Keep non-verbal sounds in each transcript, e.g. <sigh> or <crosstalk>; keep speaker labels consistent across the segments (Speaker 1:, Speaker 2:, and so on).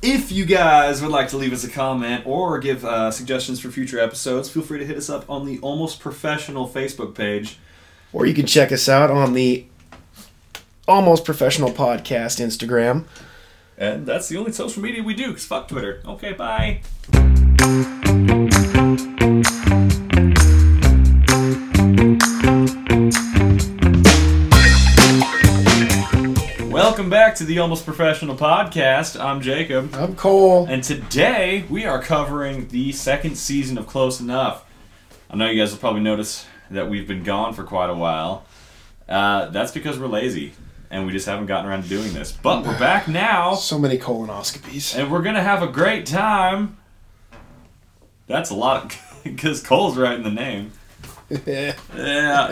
Speaker 1: If you guys would like to leave us a comment or give uh, suggestions for future episodes, feel free to hit us up on the Almost Professional Facebook page.
Speaker 2: Or you can check us out on the Almost Professional Podcast Instagram.
Speaker 1: And that's the only social media we do, because fuck Twitter. Okay, bye. Welcome back to the Almost Professional Podcast. I'm Jacob.
Speaker 2: I'm Cole.
Speaker 1: And today we are covering the second season of Close Enough. I know you guys will probably notice that we've been gone for quite a while. Uh, that's because we're lazy and we just haven't gotten around to doing this. But we're back now
Speaker 2: So many colonoscopies. <laughs>
Speaker 1: and we're going to have a great time. That's a lot <laughs> because Cole's right in the name. Yeah.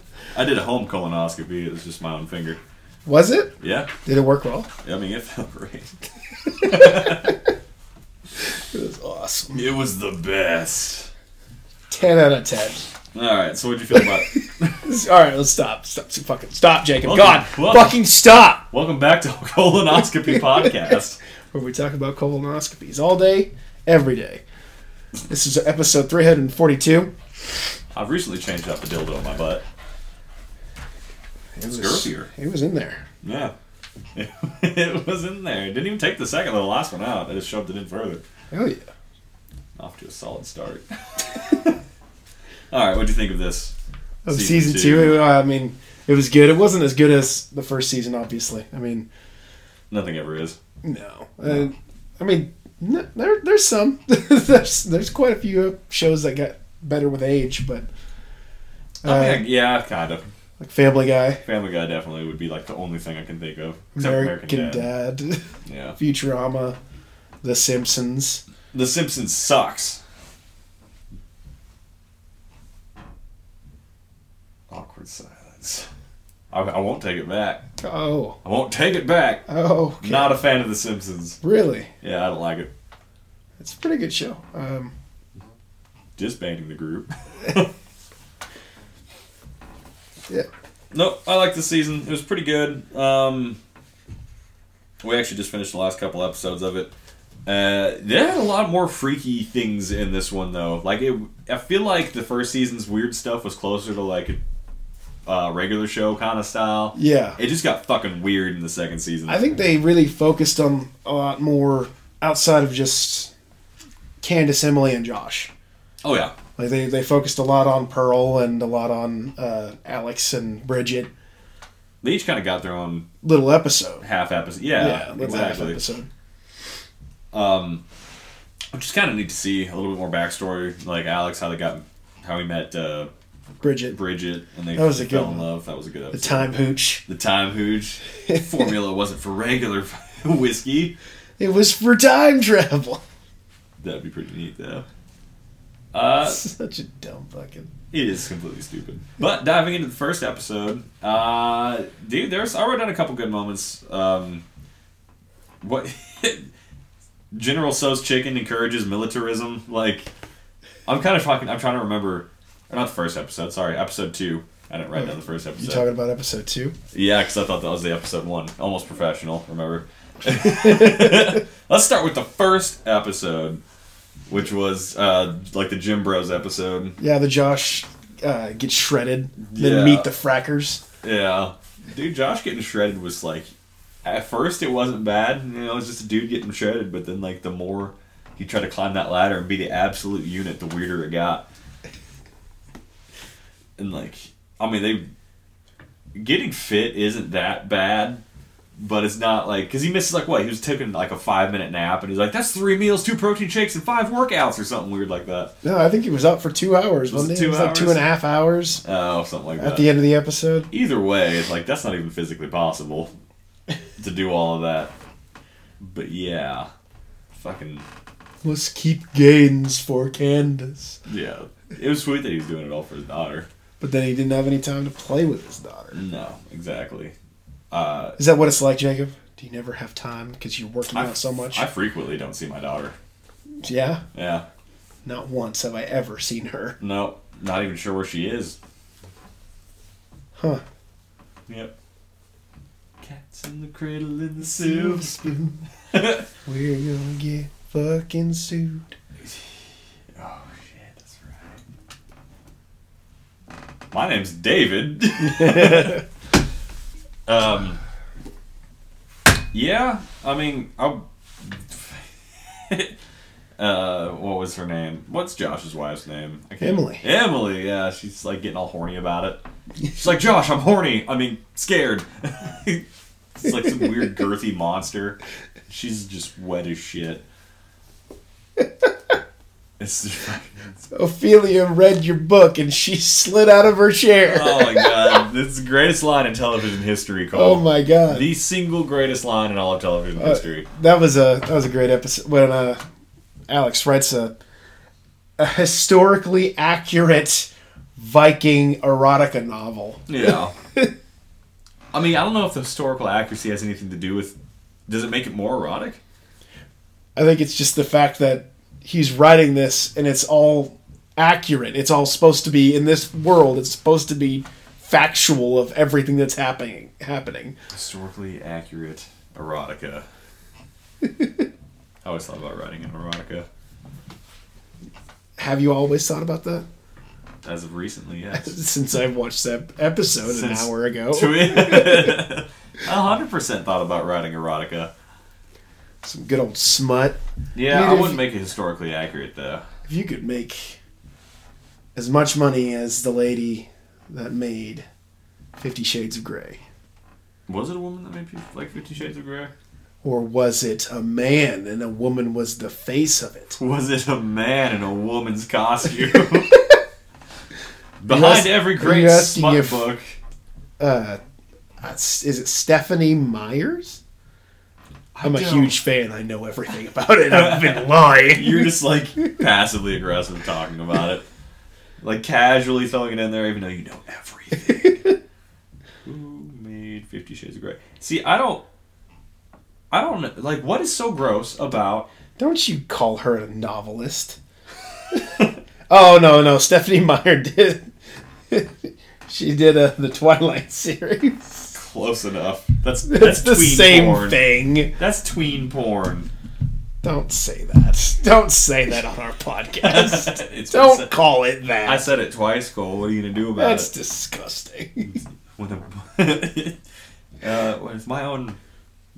Speaker 1: <laughs> I did a home colonoscopy. It was just my own finger.
Speaker 2: Was it?
Speaker 1: Yeah.
Speaker 2: Did it work well?
Speaker 1: I mean, it felt <laughs> great.
Speaker 2: It was awesome.
Speaker 1: It was the best.
Speaker 2: 10 out of 10.
Speaker 1: All right. So, what'd you feel about it?
Speaker 2: All right, let's stop. Stop. Fucking stop, Jacob.
Speaker 1: Welcome.
Speaker 2: God,
Speaker 1: Welcome.
Speaker 2: fucking stop.
Speaker 1: Welcome back to <laughs>
Speaker 2: <laughs>
Speaker 1: Colonoscopy Podcast.
Speaker 2: Where we talk about colonoscopies all day, every day. This is episode 342.
Speaker 1: I've recently changed out the dildo on my butt.
Speaker 2: It was,
Speaker 1: girthier.
Speaker 2: It was in there.
Speaker 1: Yeah. <laughs> it was in there. Didn't even take the second or the last one out. I just shoved it in further.
Speaker 2: Hell yeah.
Speaker 1: Off to a solid
Speaker 2: <laughs>
Speaker 1: start. All right, what'd you think of this?
Speaker 2: Of
Speaker 1: Season
Speaker 2: season,
Speaker 1: two.
Speaker 2: two, uh, I mean, it was good. It wasn't as good as the first season, obviously. I mean,
Speaker 1: Nothing ever is.
Speaker 2: No. Uh, I mean, n there, there's some. <laughs> there's there's quite a few shows that got better with age, but
Speaker 1: I mean,
Speaker 2: uh,
Speaker 1: I- yeah, kind of.
Speaker 2: like Family Guy,
Speaker 1: Family Guy definitely would be like the only thing I can think of. Except
Speaker 2: American, Dad, <laughs>
Speaker 1: Yeah.
Speaker 2: Futurama, The Simpsons.
Speaker 1: The Simpsons sucks. Awkward silence. I, I won't take it back.
Speaker 2: Oh,
Speaker 1: I won't take it back.
Speaker 2: oh, okay.
Speaker 1: Not a fan of The Simpsons.
Speaker 2: really.
Speaker 1: Yeah, I don't like it.
Speaker 2: It's a pretty good show. Um,
Speaker 1: Disbanding the group.
Speaker 2: <laughs> yeah,
Speaker 1: nope, I like the season. It was pretty good. Um, we actually just finished the last couple episodes of it. Uh, there had a lot more freaky things in this one though. Like it, I feel like the first season's weird stuff was closer to like a uh, regular show kind of style.
Speaker 2: yeah.
Speaker 1: It just got fucking weird in the second season.
Speaker 2: I think they really focused on a lot more outside of just Candace, Emily, and Josh.
Speaker 1: oh yeah,
Speaker 2: Like they, they focused a lot on Pearl and a lot on uh, Alex and Bridget.
Speaker 1: they each kind of got their own
Speaker 2: Little episode.
Speaker 1: half episode. Yeah,
Speaker 2: little half
Speaker 1: exactly.
Speaker 2: episode.
Speaker 1: Um, I just kind of need to see a little bit more backstory, like Alex, how they got, how he met uh,
Speaker 2: Bridget,
Speaker 1: Bridget, and they
Speaker 2: That was
Speaker 1: they
Speaker 2: a
Speaker 1: fell
Speaker 2: good
Speaker 1: in
Speaker 2: one.
Speaker 1: love. That was a good
Speaker 2: the
Speaker 1: episode.
Speaker 2: time hooch.
Speaker 1: The time
Speaker 2: <laughs>
Speaker 1: hooch formula wasn't for regular <laughs> whiskey.
Speaker 2: It was for time travel.
Speaker 1: That'd be pretty neat, though. Uh,
Speaker 2: <laughs> Such a dumb fucking.
Speaker 1: It is completely stupid. But diving into the first episode, uh, dude, there's I wrote down a couple good moments. Um, what <laughs> General So's chicken encourages militarism. Like, I'm kind of talking. I'm trying to remember. Or not the first episode. Sorry, episode two. I didn't write down the first
Speaker 2: You
Speaker 1: episode.
Speaker 2: talking about episode two?
Speaker 1: Yeah, because I thought that was the episode one. Almost professional,
Speaker 2: <laughs>
Speaker 1: remember? Let's start with the first episode, which was uh, like the Jim Bros episode.
Speaker 2: Yeah, the Josh uh, gets shredded. Then
Speaker 1: Yeah.
Speaker 2: meet the frackers.
Speaker 1: Yeah. Dude, Josh getting shredded was like, at first it wasn't bad. You know, it was just a dude getting shredded, but then like the more he tried to climb that ladder and be the absolute unit, the weirder it got. And like, I mean, they getting fit isn't that bad, but it's not like because he misses like what he was taking like a five minute nap and he's like that's three meals, two protein shakes, and five workouts or something weird like that.
Speaker 2: No, I think he was up for two hours.
Speaker 1: Was it
Speaker 2: wasn't he?
Speaker 1: two
Speaker 2: it was like two
Speaker 1: hours?
Speaker 2: and a half hours
Speaker 1: Oh, something like that.
Speaker 2: at the end of the episode.
Speaker 1: either way, it's like that's not even physically possible to do all of that. But yeah, fucking
Speaker 2: Let's keep gains for Candace.
Speaker 1: yeah, it was sweet that he was doing it all for his daughter.
Speaker 2: But then he didn't have any time to play with his daughter.
Speaker 1: No, exactly. Uh,
Speaker 2: Is that what it's like, Jacob? Do you never have time because you're working
Speaker 1: I
Speaker 2: out so much?
Speaker 1: I frequently don't see my daughter.
Speaker 2: yeah.
Speaker 1: Yeah,
Speaker 2: Not once have I ever seen her.
Speaker 1: no, not even sure where she is.
Speaker 2: Huh.
Speaker 1: Yep. Cats in the cradle in the soup spoon.
Speaker 2: We're gonna get fucking sued.
Speaker 1: Oh shit, that's right. My name's David. um, yeah, I mean, I. <laughs> uh, what was her name? What's Josh's wife's name? I
Speaker 2: Emily.
Speaker 1: Emily. Yeah, she's like getting all horny about it. She's like, Josh, I'm horny. I mean, scared. <laughs> it's like some weird girthy monster. She's just wet as shit. It's just-
Speaker 2: Ophelia read your book and she slid out of her chair.
Speaker 1: oh my god, this is the greatest line in television history, Cole.
Speaker 2: oh my god.
Speaker 1: The single greatest line in all of television
Speaker 2: Uh,
Speaker 1: history.
Speaker 2: That was a that was a great episode when uh, Alex writes a a historically accurate Viking erotica novel. <laughs>
Speaker 1: Yeah. I mean, I don't know if the historical accuracy has anything to do with. Does it make it more erotic?
Speaker 2: I think it's just the fact that he's writing this and it's all accurate. It's all supposed to be in this world. It's supposed to be factual of everything that's happening. Happening.
Speaker 1: Historically accurate erotica.
Speaker 2: <laughs>
Speaker 1: I always thought about writing an erotica.
Speaker 2: Have you always thought about that?
Speaker 1: As of recently, yes. <laughs>
Speaker 2: <laughs> Since I've watched that episode an
Speaker 1: Since-
Speaker 2: hour
Speaker 1: <laughs>
Speaker 2: ago,
Speaker 1: To hundred percent thought about writing erotica.
Speaker 2: some good old smut.
Speaker 1: Yeah,
Speaker 2: Dude,
Speaker 1: I
Speaker 2: if
Speaker 1: wouldn't
Speaker 2: you-
Speaker 1: make it historically accurate though.
Speaker 2: If you could make as much money as the lady that made Fifty Shades of Grey,
Speaker 1: Was it a woman that made people like Fifty Shades of Grey?
Speaker 2: or was it a man and a woman was the face of it?
Speaker 1: Was it a man in a woman's
Speaker 2: <laughs>
Speaker 1: costume? Behind
Speaker 2: ask-
Speaker 1: every
Speaker 2: are
Speaker 1: great
Speaker 2: you asking
Speaker 1: smut
Speaker 2: if-
Speaker 1: book.
Speaker 2: Uh, uh, s- is it Stephanie Myers? I'm a
Speaker 1: don't-
Speaker 2: huge fan. I know everything about it. I've been
Speaker 1: <laughs>
Speaker 2: lying.
Speaker 1: You're just like passively aggressive talking about it. Like casually throwing it in there, even though you know everything.
Speaker 2: <laughs>
Speaker 1: Who made Fifty Shades of Grey? See, I don't. I don't know. Like, what is so gross about.
Speaker 2: Don't you call her a novelist? <laughs> oh no, no, Stephanie Meyer did. <laughs> she did uh, the Twilight series.
Speaker 1: <laughs> Close enough. That's,
Speaker 2: It's
Speaker 1: that's
Speaker 2: the
Speaker 1: tween
Speaker 2: same
Speaker 1: porn.
Speaker 2: thing.
Speaker 1: That's tween porn.
Speaker 2: Don't say that. Don't say that on our
Speaker 1: <laughs>
Speaker 2: podcast.
Speaker 1: It's-
Speaker 2: Don't call it that.
Speaker 1: I said it twice, Cole. What are you gonna do about
Speaker 2: That's
Speaker 1: it?
Speaker 2: disgusting.
Speaker 1: When the, <laughs> uh, with my own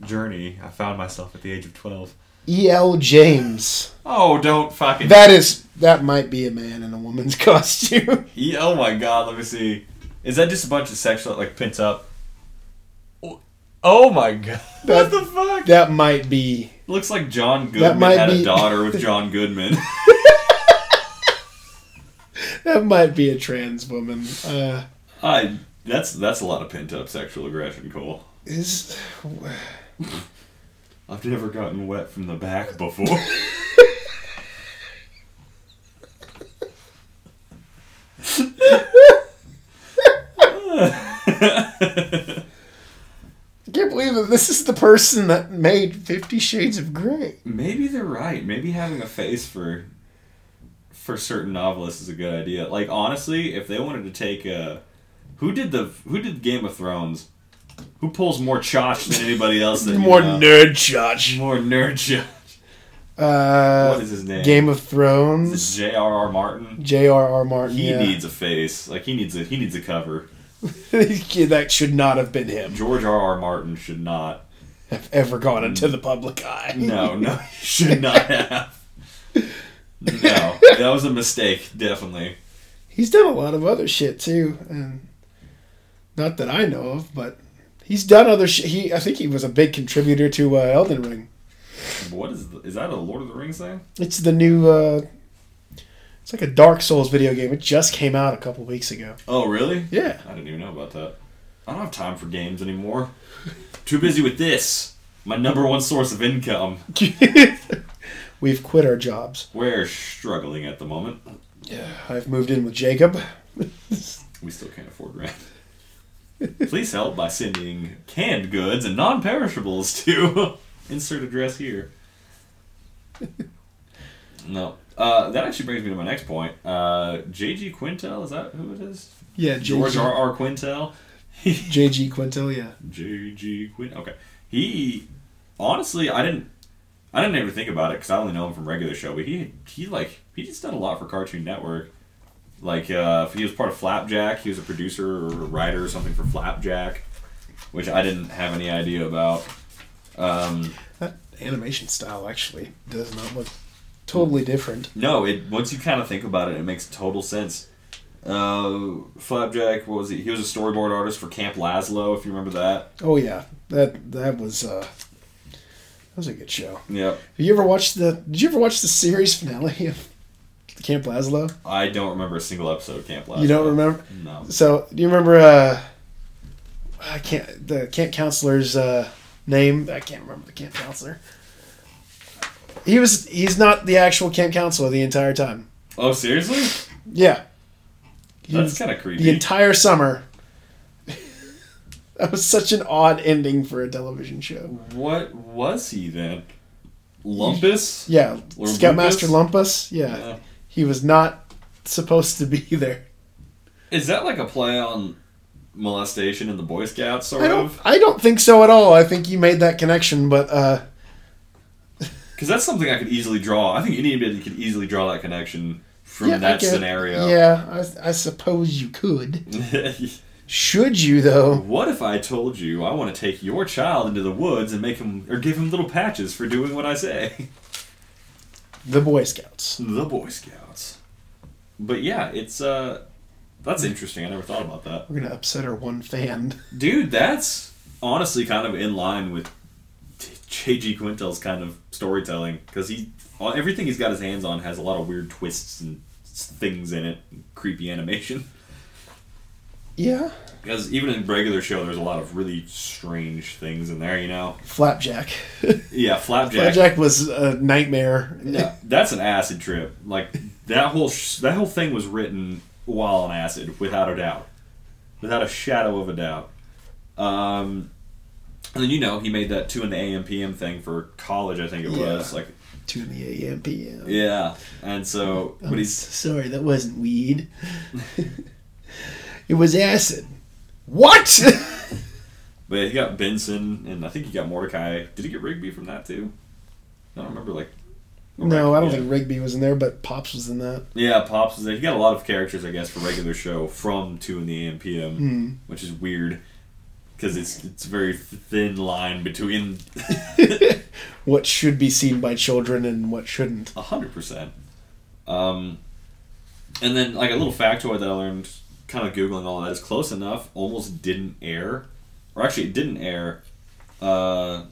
Speaker 1: journey, I found myself at the age of twelve.
Speaker 2: E.L. E James.
Speaker 1: Oh, don't fucking.
Speaker 2: That is. That might be a man in a woman's <laughs> costume.
Speaker 1: E- oh my god, let me see. Is that just a bunch of sexual like pent up? Oh- Oh my god! <laughs>
Speaker 2: That-
Speaker 1: what the fuck?
Speaker 2: that might be.
Speaker 1: Looks like John Goodman
Speaker 2: might
Speaker 1: had
Speaker 2: be- <laughs>
Speaker 1: a daughter with John Goodman. <laughs>
Speaker 2: That might be a trans woman. Uh,
Speaker 1: I. That's that's a lot of pent up sexual aggression, Cole.
Speaker 2: is.
Speaker 1: I've never gotten wet from the back before. <laughs>
Speaker 2: I can't believe that this is the person that made Fifty Shades of Grey.
Speaker 1: Maybe they're right. Maybe having a face for for certain novelists is a good idea. Like honestly, if they wanted to take a who did the who did Game of Thrones, who pulls more chotch than anybody else?
Speaker 2: <laughs>
Speaker 1: That you
Speaker 2: More
Speaker 1: know?
Speaker 2: nerd judge.
Speaker 1: more nerd chotch.
Speaker 2: Uh,
Speaker 1: What is his name?
Speaker 2: Game of Thrones.
Speaker 1: J.R.R. Martin.
Speaker 2: J.R.R. Martin.
Speaker 1: He
Speaker 2: yeah. <laughs>
Speaker 1: needs a face. Like he needs a he needs a cover.
Speaker 2: that should not have been him. <laughs>
Speaker 1: George R.R. Martin should not.
Speaker 2: Have ever gone into the public eye.
Speaker 1: Mm.
Speaker 2: <laughs>
Speaker 1: No, no, he should not have. No, that was a mistake. Definitely.
Speaker 2: He's done a lot of other shit too, and not that I know of, but he's done other shit. He, I think he was a big contributor to uh, Elden Ring.
Speaker 1: What is the, is that a Lord of the Rings thing?
Speaker 2: It's the new. Uh, it's like a Dark Souls video game. It just came out a couple weeks ago.
Speaker 1: Oh, really?
Speaker 2: Yeah.
Speaker 1: I didn't even know about that. I don't have time for games anymore. Too busy with this. My number one source of income.
Speaker 2: <laughs> We've quit our jobs.
Speaker 1: We're struggling at the moment.
Speaker 2: Yeah. I've moved in with Jacob.
Speaker 1: We still can't afford rent. Please help by sending canned goods and non perishables to <laughs> insert address here. No. Uh, that actually brings me to my next point. Uh, J.G. Quintel, is that who it is?
Speaker 2: Yeah,
Speaker 1: George R.R. Quintel? <laughs>
Speaker 2: JG Quintel, yeah.
Speaker 1: J.G. Quinn. Okay. He honestly, I didn't I didn't ever think about it because I only know him from regular show. But he he like he just done a lot for Cartoon Network. Like uh, he was part of Flapjack. He was a producer or a writer or something for Flapjack, which I didn't have any idea about. Um,
Speaker 2: That animation style actually does not look totally different.
Speaker 1: no, it once you kind of think about it, it makes total sense. Uh, Flapjack, what was he? He was a storyboard artist for Camp Lazlo, if you remember that.
Speaker 2: Oh yeah, that that was uh, that was a good show.
Speaker 1: Yep.
Speaker 2: Have you ever watched the? Did you ever watch the series finale of Camp Lazlo?
Speaker 1: I don't remember a single episode of Camp Lazlo.
Speaker 2: You don't remember?
Speaker 1: No.
Speaker 2: So do you remember? Uh, I can't the camp counselor's uh, name. I can't remember the camp counselor. He was. He's not the actual camp counselor the entire time.
Speaker 1: Oh, seriously?
Speaker 2: Yeah. He
Speaker 1: That's
Speaker 2: was-
Speaker 1: kind of creepy.
Speaker 2: the entire summer. <laughs> that was such an odd ending for a television show.
Speaker 1: What was he then? Lumpus? Uh,
Speaker 2: Yeah,
Speaker 1: Or
Speaker 2: Scoutmaster Lumpus. Yeah.
Speaker 1: Yeah.
Speaker 2: he was not supposed to be <laughs> there.
Speaker 1: Is that like a play on molestation in the Boy Scouts, sort
Speaker 2: I don't.
Speaker 1: of?
Speaker 2: I don't think so at all. I think you made that connection, but uh,
Speaker 1: Because that's something I could easily draw. I think anybody could easily draw that connection from
Speaker 2: yeah, I
Speaker 1: that
Speaker 2: get-
Speaker 1: scenario.
Speaker 2: Yeah, I, I suppose you could. Should you
Speaker 1: <laughs>
Speaker 2: though?
Speaker 1: what if I told you I want to take your child into the woods and make him, or give him little patches for doing what I say? <laughs>
Speaker 2: The Boy Scouts.
Speaker 1: the Boy Scouts. But yeah, it's, uh, that's interesting. I never thought about that.
Speaker 2: We're gonna upset our one fan.
Speaker 1: Dude, that's honestly kind of in line with J.G. Quintel's kind of storytelling because he all- everything he's got his hands on has a lot of weird twists and s- things in it, and creepy animation. <laughs>
Speaker 2: Yeah.
Speaker 1: Because even in regular show, there's a lot of really strange things in there. You know,
Speaker 2: Flapjack.
Speaker 1: <laughs> yeah, flapjack.
Speaker 2: Flapjack was a nightmare.
Speaker 1: No, that's an acid trip. Like that whole sh- that whole thing was written while on acid, without a doubt, without a shadow of a doubt. Um, and then you know he made that two in the AM PM thing for college. I think it was like
Speaker 2: <laughs> Two in the a.m. p.m.
Speaker 1: yeah, and so
Speaker 2: I'm
Speaker 1: but he's
Speaker 2: sorry, that wasn't weed. <laughs> it was acid. What? <laughs>
Speaker 1: but he got Benson and I think he got Mordecai. Did he get Rigby from that too? I don't remember like.
Speaker 2: no, I don't
Speaker 1: Yeah.
Speaker 2: think Rigby was in there, but Pops was in that.
Speaker 1: Yeah, Pops is there. He got a lot of characters, I guess, for regular show from 2 in the AM PM,
Speaker 2: Hmm.
Speaker 1: which is weird because it's it's a very thin line between <laughs>
Speaker 2: What should be seen by children and what shouldn't.
Speaker 1: 100%. Um, and then, like, a little factoid that I learned kind of Googling all that is close enough almost didn't air, or actually, it didn't air uh,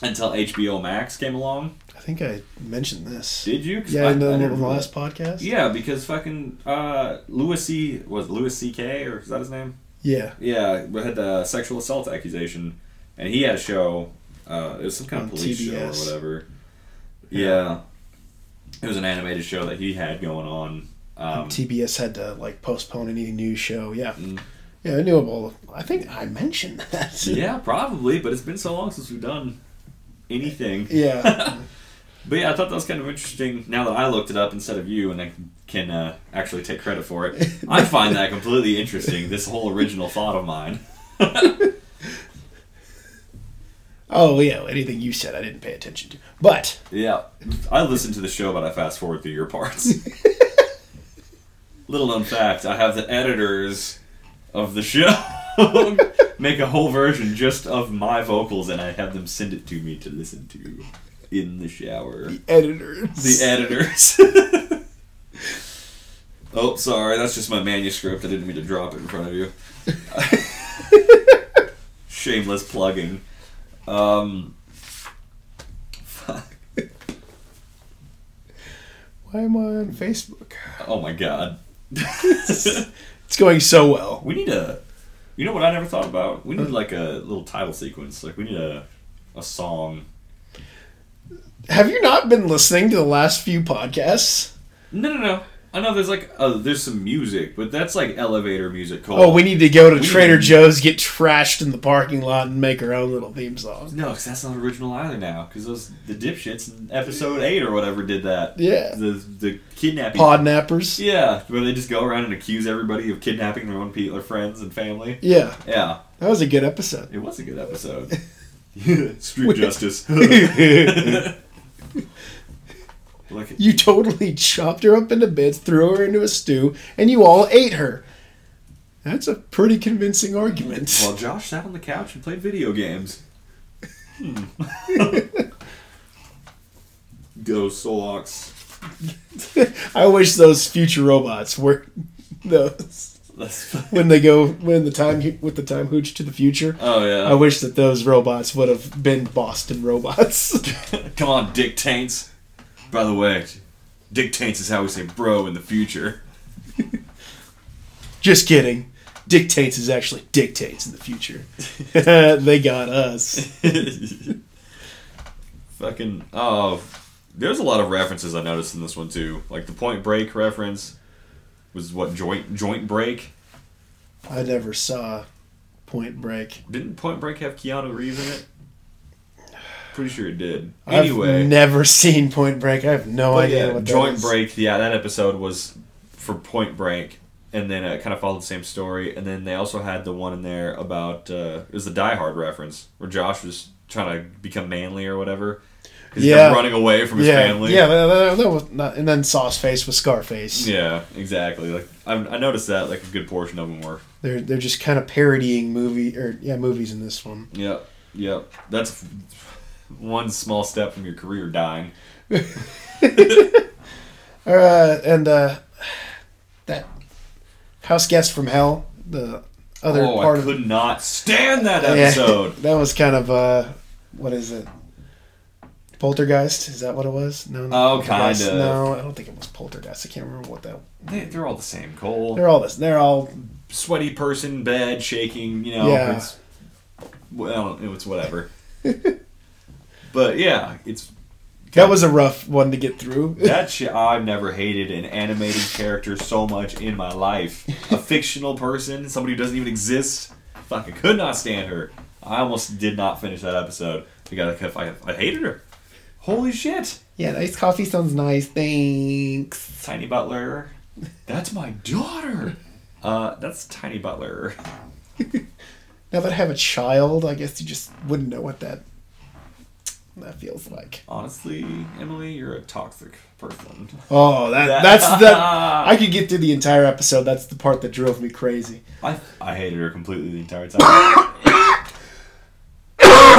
Speaker 1: until HBO Max came along.
Speaker 2: I think I mentioned this.
Speaker 1: Did you? 'Cause
Speaker 2: Yeah,
Speaker 1: I-
Speaker 2: in the,
Speaker 1: I
Speaker 2: in
Speaker 1: never-
Speaker 2: the last podcast.
Speaker 1: Yeah, because fucking uh, Louis C. was it Louis C.K. or is that his name?
Speaker 2: Yeah.
Speaker 1: Yeah, we had the sexual assault accusation, and he had a show. Uh, it was some kind
Speaker 2: On
Speaker 1: of police
Speaker 2: TBS.
Speaker 1: show or whatever.
Speaker 2: Yeah.
Speaker 1: Yeah. it was an animated show that he had going on. Um,
Speaker 2: TBS had to like postpone any new show. Yeah.
Speaker 1: Mm.
Speaker 2: Yeah, I knew about. I think I mentioned <laughs> that.
Speaker 1: yeah, probably, but it's been so long since we've done anything.
Speaker 2: Yeah.
Speaker 1: <laughs> But yeah, I thought that was kind of interesting. Now that I looked it up instead of you, and I can uh, actually take credit for it, I find that completely interesting. This whole original thought of mine.
Speaker 2: oh yeah. Anything you said, I didn't pay attention to. But
Speaker 1: Yeah, I listened to the show, but I fast forward through your parts. Little known fact: I have the editors of the show <laughs> make a whole version just of my vocals, and I have them send it to me to listen to in the shower.
Speaker 2: editors.
Speaker 1: The editors. <laughs> oh, sorry, that's just my manuscript. I didn't mean to drop it in front of you. Shameless plugging. Um, fuck.
Speaker 2: Why am I on Facebook?
Speaker 1: Oh my god. <laughs>
Speaker 2: It's going so well.
Speaker 1: we need a. You know what I never thought about? We need like a little title sequence. Like we need a, a song.
Speaker 2: Have you not been listening to the last few podcasts?
Speaker 1: No, no, no. I know there's like uh there's some music, but that's like elevator music. Called,
Speaker 2: Oh, we need to go to
Speaker 1: We
Speaker 2: Trader
Speaker 1: need-
Speaker 2: Joe's, get trashed in the parking lot, and make our own little theme song.
Speaker 1: no, because that's not original either now. Because those the dipshits in episode eight or whatever did that.
Speaker 2: Yeah.
Speaker 1: The the kidnapping.
Speaker 2: Podnappers.
Speaker 1: Yeah, where they just go around and accuse everybody of kidnapping their own people, their friends and family.
Speaker 2: Yeah,
Speaker 1: Yeah, <laughs>
Speaker 2: that was a good episode. <laughs>
Speaker 1: it was a good episode. Street justice. like
Speaker 2: You totally chopped her up into bits, threw her into a stew, and you all ate her. That's a pretty convincing argument.
Speaker 1: while Josh sat on the couch and played video games. Hmm. Go Solox.
Speaker 2: I wish those future robots were those
Speaker 1: That's
Speaker 2: when they go when the time with the time hooch to the future.
Speaker 1: oh yeah.
Speaker 2: I wish that those robots would have been Boston robots. <laughs>
Speaker 1: Come on, Dick Taints. By the way, Dick Taints is how we say bro in the future.
Speaker 2: Just kidding. Dictates is actually dictates in the future. <laughs> they got us.
Speaker 1: Fucking oh, there's a lot of references I noticed in this one too. Like the Point Break reference was what joint joint break.
Speaker 2: I never saw Point Break.
Speaker 1: Didn't Point Break have Keanu Reeves in it? Pretty sure it did.
Speaker 2: I've
Speaker 1: Anyway,
Speaker 2: never seen Point Break. I have no
Speaker 1: but
Speaker 2: idea
Speaker 1: yeah,
Speaker 2: what that
Speaker 1: Joint
Speaker 2: is.
Speaker 1: Break. Yeah, that episode was for Point Break, and then it kind of followed the same story. And then they also had the one in there about uh, it was the Die Hard reference where Josh was trying to become manly or whatever. 'cause he kept
Speaker 2: Yeah.
Speaker 1: running away from his
Speaker 2: Yeah,
Speaker 1: family.
Speaker 2: yeah, that, that- that was not, and then Sauceface with Scarface.
Speaker 1: Yeah, exactly. Like I, I noticed that like a good portion of them were.
Speaker 2: They're they're just kind of parodying movie or yeah movies in this one.
Speaker 1: Yep, yep. That's one small step from your career dying.
Speaker 2: Uh, and uh, that house guest from hell, the other
Speaker 1: oh,
Speaker 2: part
Speaker 1: I
Speaker 2: of
Speaker 1: could not stand that
Speaker 2: <laughs> Yeah,
Speaker 1: episode.
Speaker 2: <laughs> that was kind of uh, what is it? Poltergeist? Is that what it was? No, not
Speaker 1: Oh,
Speaker 2: Poltergeist.
Speaker 1: kinda.
Speaker 2: No, I don't think it was Poltergeist. I can't remember what that.
Speaker 1: They, they're all the same. Cole,
Speaker 2: They're all this. They're all
Speaker 1: sweaty person, bed shaking. You know,
Speaker 2: Yeah.
Speaker 1: it's well, it's whatever. <laughs> but yeah, it's
Speaker 2: that was a rough one to get through.
Speaker 1: that shit. I've never hated an animated character so much in my life. A fictional person, somebody who doesn't even exist. Fucking could not stand her. I almost did not finish that episode because I, I, I hated her. Holy shit!
Speaker 2: yeah, the iced coffee sounds nice. Thanks.
Speaker 1: Tiny Butler. That's my daughter. Uh, that's Tiny Butler.
Speaker 2: Now that I have a child, I guess you just wouldn't know what that that feels like.
Speaker 1: Honestly, Emily, you're a toxic person.
Speaker 2: Oh, that,
Speaker 1: That-
Speaker 2: that's
Speaker 1: <laughs>
Speaker 2: the. I could get through the entire episode. That's the part that drove me crazy.
Speaker 1: I, I hated her completely the entire time.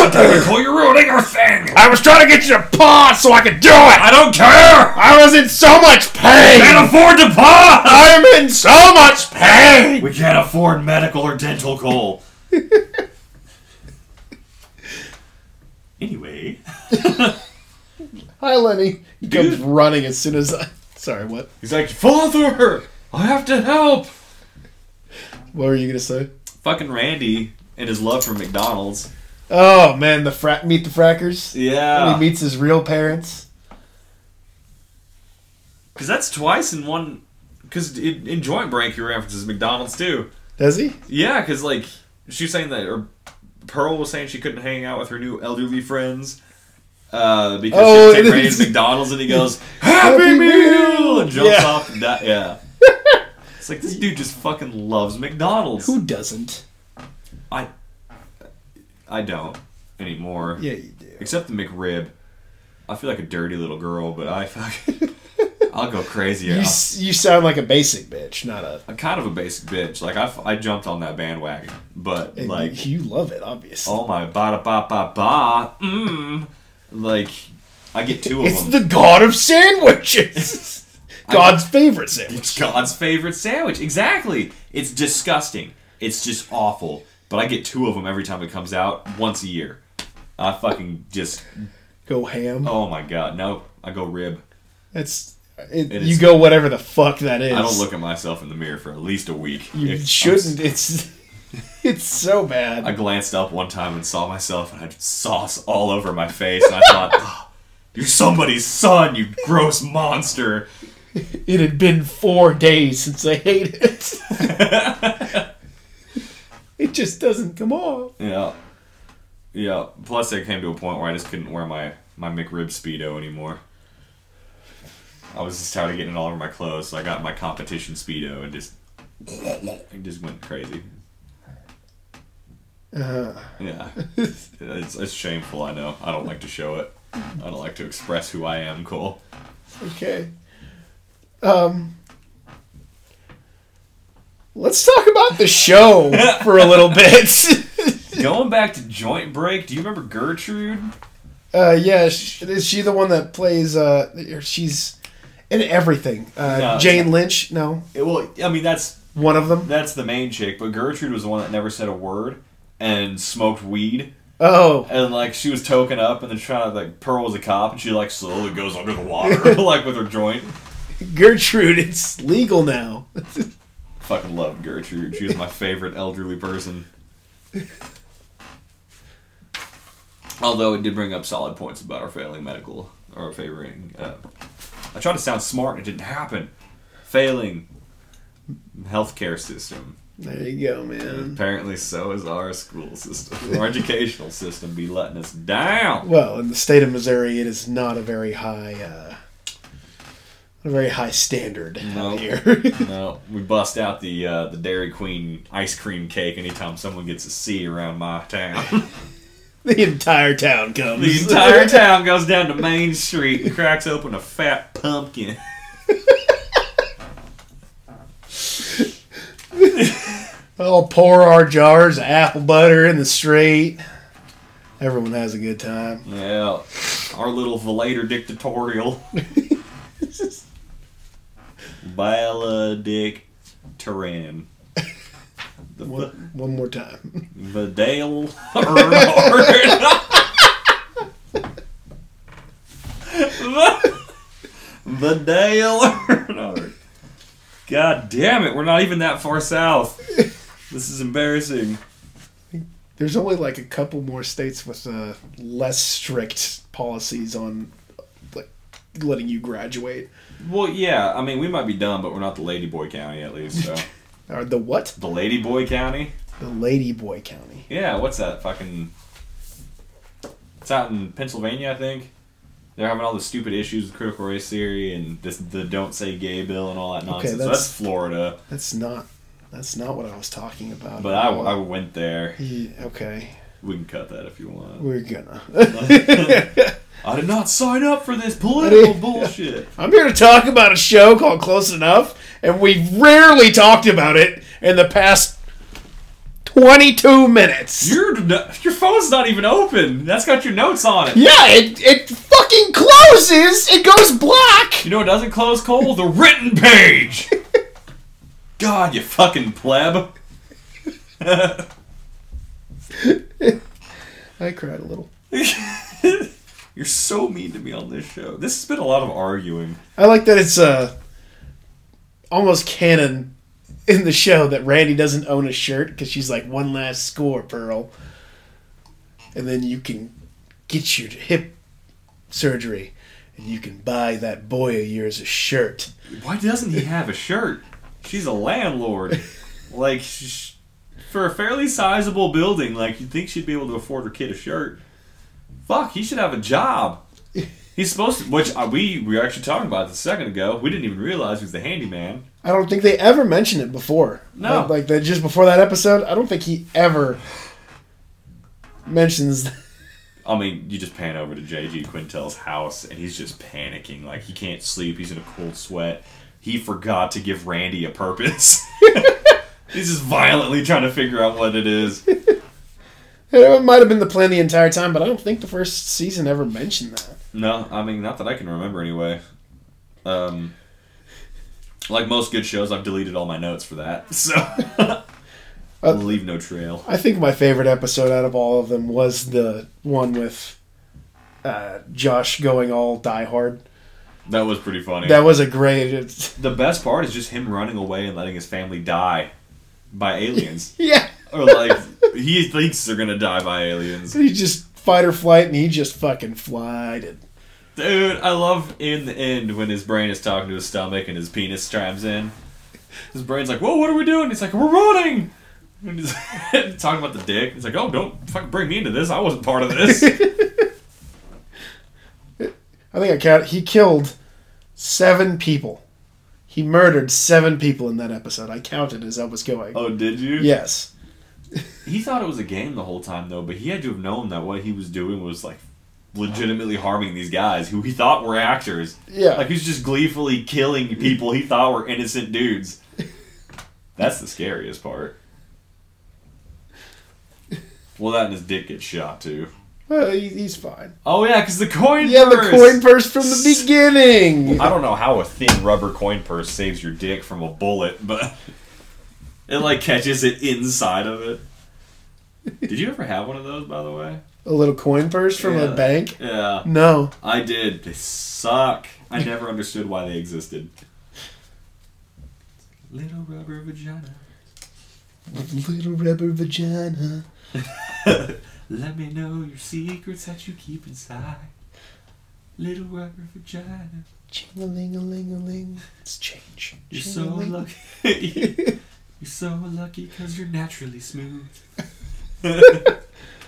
Speaker 1: Nicole, you're ruining her thing.
Speaker 2: I was trying to get you to pause so I could do it.
Speaker 1: I don't care.
Speaker 2: I was in so much
Speaker 1: We
Speaker 2: pain.
Speaker 1: can't afford to pause.
Speaker 2: I'm in so much pain.
Speaker 1: We can't afford medical or dental, Cole. anyway,
Speaker 2: Hi, Lenny. He
Speaker 1: Dude.
Speaker 2: comes running as soon as I. Sorry, what?
Speaker 1: he's like, Father, I have to help.
Speaker 2: What were you gonna say?
Speaker 1: Fucking Randy and his love for McDonald's.
Speaker 2: Oh man, the fra- meet the frackers. When
Speaker 1: Yeah.
Speaker 2: he meets his real parents.
Speaker 1: Because that's twice in one. Because in Joint Break, he references McDonald's too.
Speaker 2: Does he?
Speaker 1: Yeah, because, like, she was saying that. Or Pearl was saying she couldn't hang out with her new elderly friends. Uh, because
Speaker 2: Oh, <laughs>
Speaker 1: she
Speaker 2: it
Speaker 1: was like,
Speaker 2: is.
Speaker 1: raised McDonald's and he
Speaker 2: <laughs>
Speaker 1: goes, Happy,
Speaker 2: Happy
Speaker 1: Meal! And jumps
Speaker 2: Yeah.
Speaker 1: off and that.
Speaker 2: <laughs>
Speaker 1: Yeah. it's like, this dude just fucking loves McDonald's.
Speaker 2: Who doesn't?
Speaker 1: I, I don't anymore.
Speaker 2: Yeah, you do.
Speaker 1: Except the McRib. I feel like a dirty little girl, but I
Speaker 2: <laughs>
Speaker 1: fucking. I'll go crazier.
Speaker 2: You
Speaker 1: I'll-
Speaker 2: s- you sound like a basic bitch, not a.
Speaker 1: I'm kind of a basic bitch. Like I, f- I jumped on that bandwagon, but
Speaker 2: and
Speaker 1: like
Speaker 2: you love it, obviously.
Speaker 1: oh my ba da ba ba ba, mmm, like I get two of
Speaker 2: It's
Speaker 1: them.
Speaker 2: the god
Speaker 1: <laughs>
Speaker 2: of sandwiches. God's favorite sandwich.
Speaker 1: it's God's favorite sandwich. Exactly. It's disgusting. It's just awful. But I get two of them every time it comes out once a year. I fucking just
Speaker 2: Go ham.
Speaker 1: oh my god no. I go rib.
Speaker 2: That's it,
Speaker 1: It
Speaker 2: you
Speaker 1: is-
Speaker 2: go whatever the fuck that is.
Speaker 1: I don't look at myself in the mirror for at least a week.
Speaker 2: You
Speaker 1: If I'm
Speaker 2: shouldn't. It's <laughs> it's so
Speaker 1: I
Speaker 2: bad.
Speaker 1: glanced up one time and saw myself, and I had sauce all over my face, and I thought, <laughs> "Oh, "You're somebody's son, you gross monster."
Speaker 2: It had been four days since I ate
Speaker 1: <laughs>
Speaker 2: it. <laughs> it just doesn't come off.
Speaker 1: Yeah, yeah. Plus, it came to a point where I just couldn't wear my my McRib speedo anymore. I was just tired of getting it all over my clothes, so I got my competition speedo and just, I just went crazy. Yeah, it's, it's shameful. I know. I don't like to show it. I don't like to express who I am, Cole.
Speaker 2: Okay. Um, let's talk about
Speaker 1: <laughs>
Speaker 2: the show for a little bit.
Speaker 1: Going back to Joint Break, do you remember Gertrude?
Speaker 2: uh, yeah, sh- is she the one that plays? Uh, or she's in everything. Uh,
Speaker 1: No,
Speaker 2: Jane
Speaker 1: yeah.
Speaker 2: Lynch. No,
Speaker 1: It, well, I mean that's
Speaker 2: one of them.
Speaker 1: that's the main chick, but Gertrude was the one that never said a word and smoked weed.
Speaker 2: Oh,
Speaker 1: And like she was token up, and then trying to like Pearl was a cop, and she like slowly goes under the water, <laughs> like with her joint.
Speaker 2: Gertrude. It's legal now.
Speaker 1: Fucking love Gertrude. She was my favorite elderly person. Although it did bring up solid points about our failing medical or favoring. Uh, I tried to sound smart, it didn't happen. Failing healthcare system.
Speaker 2: There you go, man.
Speaker 1: Apparently, so is our school system. Our educational system be letting us down.
Speaker 2: Well, in the state of Missouri, it is not a very high, uh, a very high standard
Speaker 1: No.
Speaker 2: out here. <laughs>
Speaker 1: No, we bust out the uh, the Dairy Queen ice cream cake anytime someone gets a C around my town. <laughs>
Speaker 2: the entire town comes.
Speaker 1: the
Speaker 2: <laughs>
Speaker 1: entire town goes down to Main Street and cracks open a fat pumpkin.
Speaker 2: I'll Oh, pour our jars of apple butter in the street. Everyone has a good time.
Speaker 1: Yeah, our little Valator dictatorial valedictorian. The
Speaker 2: One, one more time. <laughs>
Speaker 1: Vidal Earnhardt. Vidal Earnhardt. God damn it, we're not even that far south. This is embarrassing.
Speaker 2: There's only like a couple more states with uh, less strict policies on like letting you graduate.
Speaker 1: Well, yeah, I mean, we might be dumb, but we're not the Ladyboy County, at least. So.
Speaker 2: Or the what?
Speaker 1: the Ladyboy County?
Speaker 2: The Ladyboy County.
Speaker 1: Yeah, what's that fucking? It's out in Pennsylvania, I think. They're having all the stupid issues with critical race theory and this the don't say gay bill and all that nonsense. so
Speaker 2: that's-
Speaker 1: that's Florida,
Speaker 2: That's not. That's not what I was talking about.
Speaker 1: but I, I went there.
Speaker 2: Yeah, okay,
Speaker 1: We can cut that if you want.
Speaker 2: we're gonna.
Speaker 1: <laughs>
Speaker 2: <laughs>
Speaker 1: I did not sign up for this political
Speaker 2: Yeah.
Speaker 1: bullshit.
Speaker 2: I'm here to talk about a show called Close Enough, and we've rarely talked about it in the past 22 minutes.
Speaker 1: Your your phone's not even open. That's got your notes on it.
Speaker 2: yeah, it, it fucking closes! It goes black!
Speaker 1: You know it doesn't close cold? The written page! God, you fucking pleb. <laughs>
Speaker 2: I cried a little.
Speaker 1: <laughs> You're so mean to me on this show. This has been a lot of arguing.
Speaker 2: I like that it's uh, almost canon in the show that Randy doesn't own a shirt because she's like, one last score, Pearl. And then you can get your hip surgery and you can buy that boy of yours a shirt.
Speaker 1: Why doesn't he have a shirt? She's a landlord. Like, sh- for a fairly sizable building, like, you'd think she'd be able to afford her kid a shirt. Fuck, he should have a job. He's supposed to, which uh, we, we were actually talking about this a second ago. We didn't even realize he was the handyman.
Speaker 2: I don't think they ever mentioned it before.
Speaker 1: No.
Speaker 2: like, like that just before that episode. I don't think he ever mentions.
Speaker 1: I mean, you just pan over to JG Quintel's house, and he's just panicking. Like, he can't sleep. He's in a cold sweat. He forgot to give Randy a purpose. <laughs> he's just violently trying to figure out what it is.
Speaker 2: It might have been the plan the entire time, but I don't think the first season ever mentioned that.
Speaker 1: No, I mean, not that I can remember anyway. Um, like most good shows, I've deleted all my notes for that. <laughs> So, leave no trail.
Speaker 2: I think my favorite episode out of all of them was the one with uh, Josh going all Die Hard.
Speaker 1: That was pretty funny.
Speaker 2: That was a great. <laughs> It's,
Speaker 1: the best part is just him running away and letting his family die by aliens.
Speaker 2: yeah,
Speaker 1: or, like, he thinks they're going to die by aliens.
Speaker 2: he just fight or flight, and he just fucking flied. And
Speaker 1: Dude, I love in the end when his brain is talking to his stomach and his penis chimes in. His brain's like, "Whoa, what are we doing?" He's like, "We're running." And he's <laughs> talking about the dick. He's like, "Oh, don't fucking bring me into this. I wasn't part of this."
Speaker 2: I think I count. He killed seven people. He murdered seven people in that episode. I counted as I was going.
Speaker 1: oh, did you?
Speaker 2: Yes.
Speaker 1: He thought it was a game the whole time though, but he had to have known that what he was doing was like legitimately harming these guys who he thought were actors.
Speaker 2: Yeah.
Speaker 1: Like he's just gleefully killing people he thought were innocent dudes. That's the scariest part. Well, that and his dick gets shot too.
Speaker 2: Well, he, he's fine.
Speaker 1: Oh yeah, because the coin.
Speaker 2: Yeah, the
Speaker 1: purse.
Speaker 2: coin burst from the beginning.
Speaker 1: I don't know how a thin rubber coin purse saves your dick from a bullet, but <laughs> it like catches it inside of it. Did you ever have one of those, by the way?
Speaker 2: A little coin purse from
Speaker 1: Yeah.
Speaker 2: a bank?
Speaker 1: Yeah,
Speaker 2: No.
Speaker 1: I did. They suck. I never understood why they existed. Little rubber vagina.
Speaker 2: Little rubber vagina.
Speaker 1: Let me know your secrets that you keep inside. Little rubber vagina.
Speaker 2: Ching-a-ling-a-ling-a-ling. It's change.
Speaker 1: You're so
Speaker 2: Ching-a-ling.
Speaker 1: lucky. <laughs> You're so lucky because you're naturally smooth. <laughs>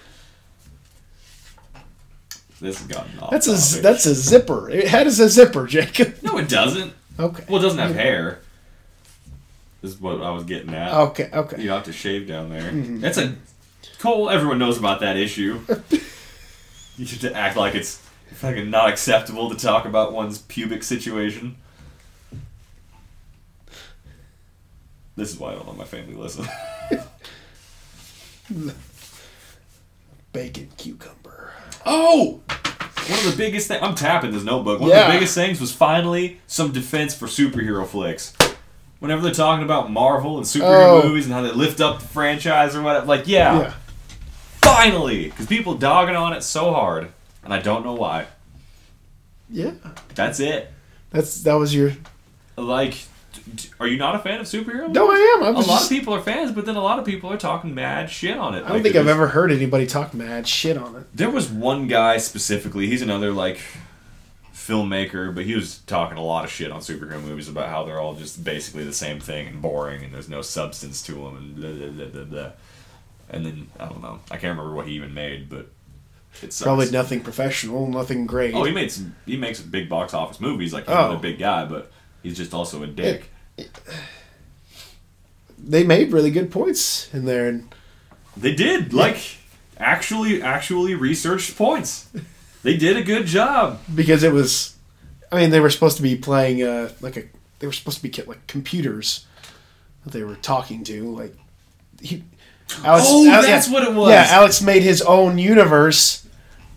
Speaker 1: this has gotten off.
Speaker 2: <laughs> That's a z-
Speaker 1: topic.
Speaker 2: that's a zipper. It had as a zipper, Jacob. <laughs>
Speaker 1: no, it doesn't.
Speaker 2: Okay.
Speaker 1: Well, it doesn't have hair. This is what I was getting at.
Speaker 2: Okay. Okay.
Speaker 1: You don't have to shave down there.
Speaker 2: Mm-hmm.
Speaker 1: That's a Cole. Everyone knows about that
Speaker 2: <laughs>
Speaker 1: issue. you have to act like it's fucking not acceptable to talk about one's pubic situation. This is why I don't let my family listen. <laughs>
Speaker 2: Bacon cucumber.
Speaker 1: Oh, one of the biggest things. I'm tapping this notebook. One of
Speaker 2: Yeah.
Speaker 1: the biggest things was finally some defense for superhero flicks. Whenever they're talking about Marvel and superhero
Speaker 2: Oh.
Speaker 1: movies and how they lift up the franchise or whatever, like, yeah,
Speaker 2: Yeah.
Speaker 1: finally! Because people dogging on it so hard, and I don't know why.
Speaker 2: Yeah.
Speaker 1: That's it.
Speaker 2: That's that was your.
Speaker 1: Like, d- d- are you not a fan of superhero?
Speaker 2: No, I am. I
Speaker 1: A
Speaker 2: was
Speaker 1: lot
Speaker 2: just,
Speaker 1: of people are fans, but then a lot of people are talking mad shit on it.
Speaker 2: I don't think I've ever heard anybody talk mad shit on it.
Speaker 1: There was one guy specifically. He's another like filmmaker, but he was talking a lot of shit on superhero movies about how they're all just basically the same thing and boring, and there's no substance to them, and blah, blah, blah, blah, blah. And then I don't know. I can't remember what he even made, but it's
Speaker 2: Probably nothing professional, nothing great.
Speaker 1: Oh, he made some. He makes big box office movies. Like he's
Speaker 2: Oh.
Speaker 1: another big guy, but he's just also a dick.
Speaker 2: They made really good points in there, and
Speaker 1: They did like actually actually researched points. They did a good job.
Speaker 2: because it was, I mean, they were supposed to be playing uh, like a they were supposed to be ki- like computers that they were talking to. Like he, Alex,
Speaker 1: Oh,
Speaker 2: Al-
Speaker 1: that's
Speaker 2: yeah,
Speaker 1: what it was.
Speaker 2: Yeah, Alex made his own universe.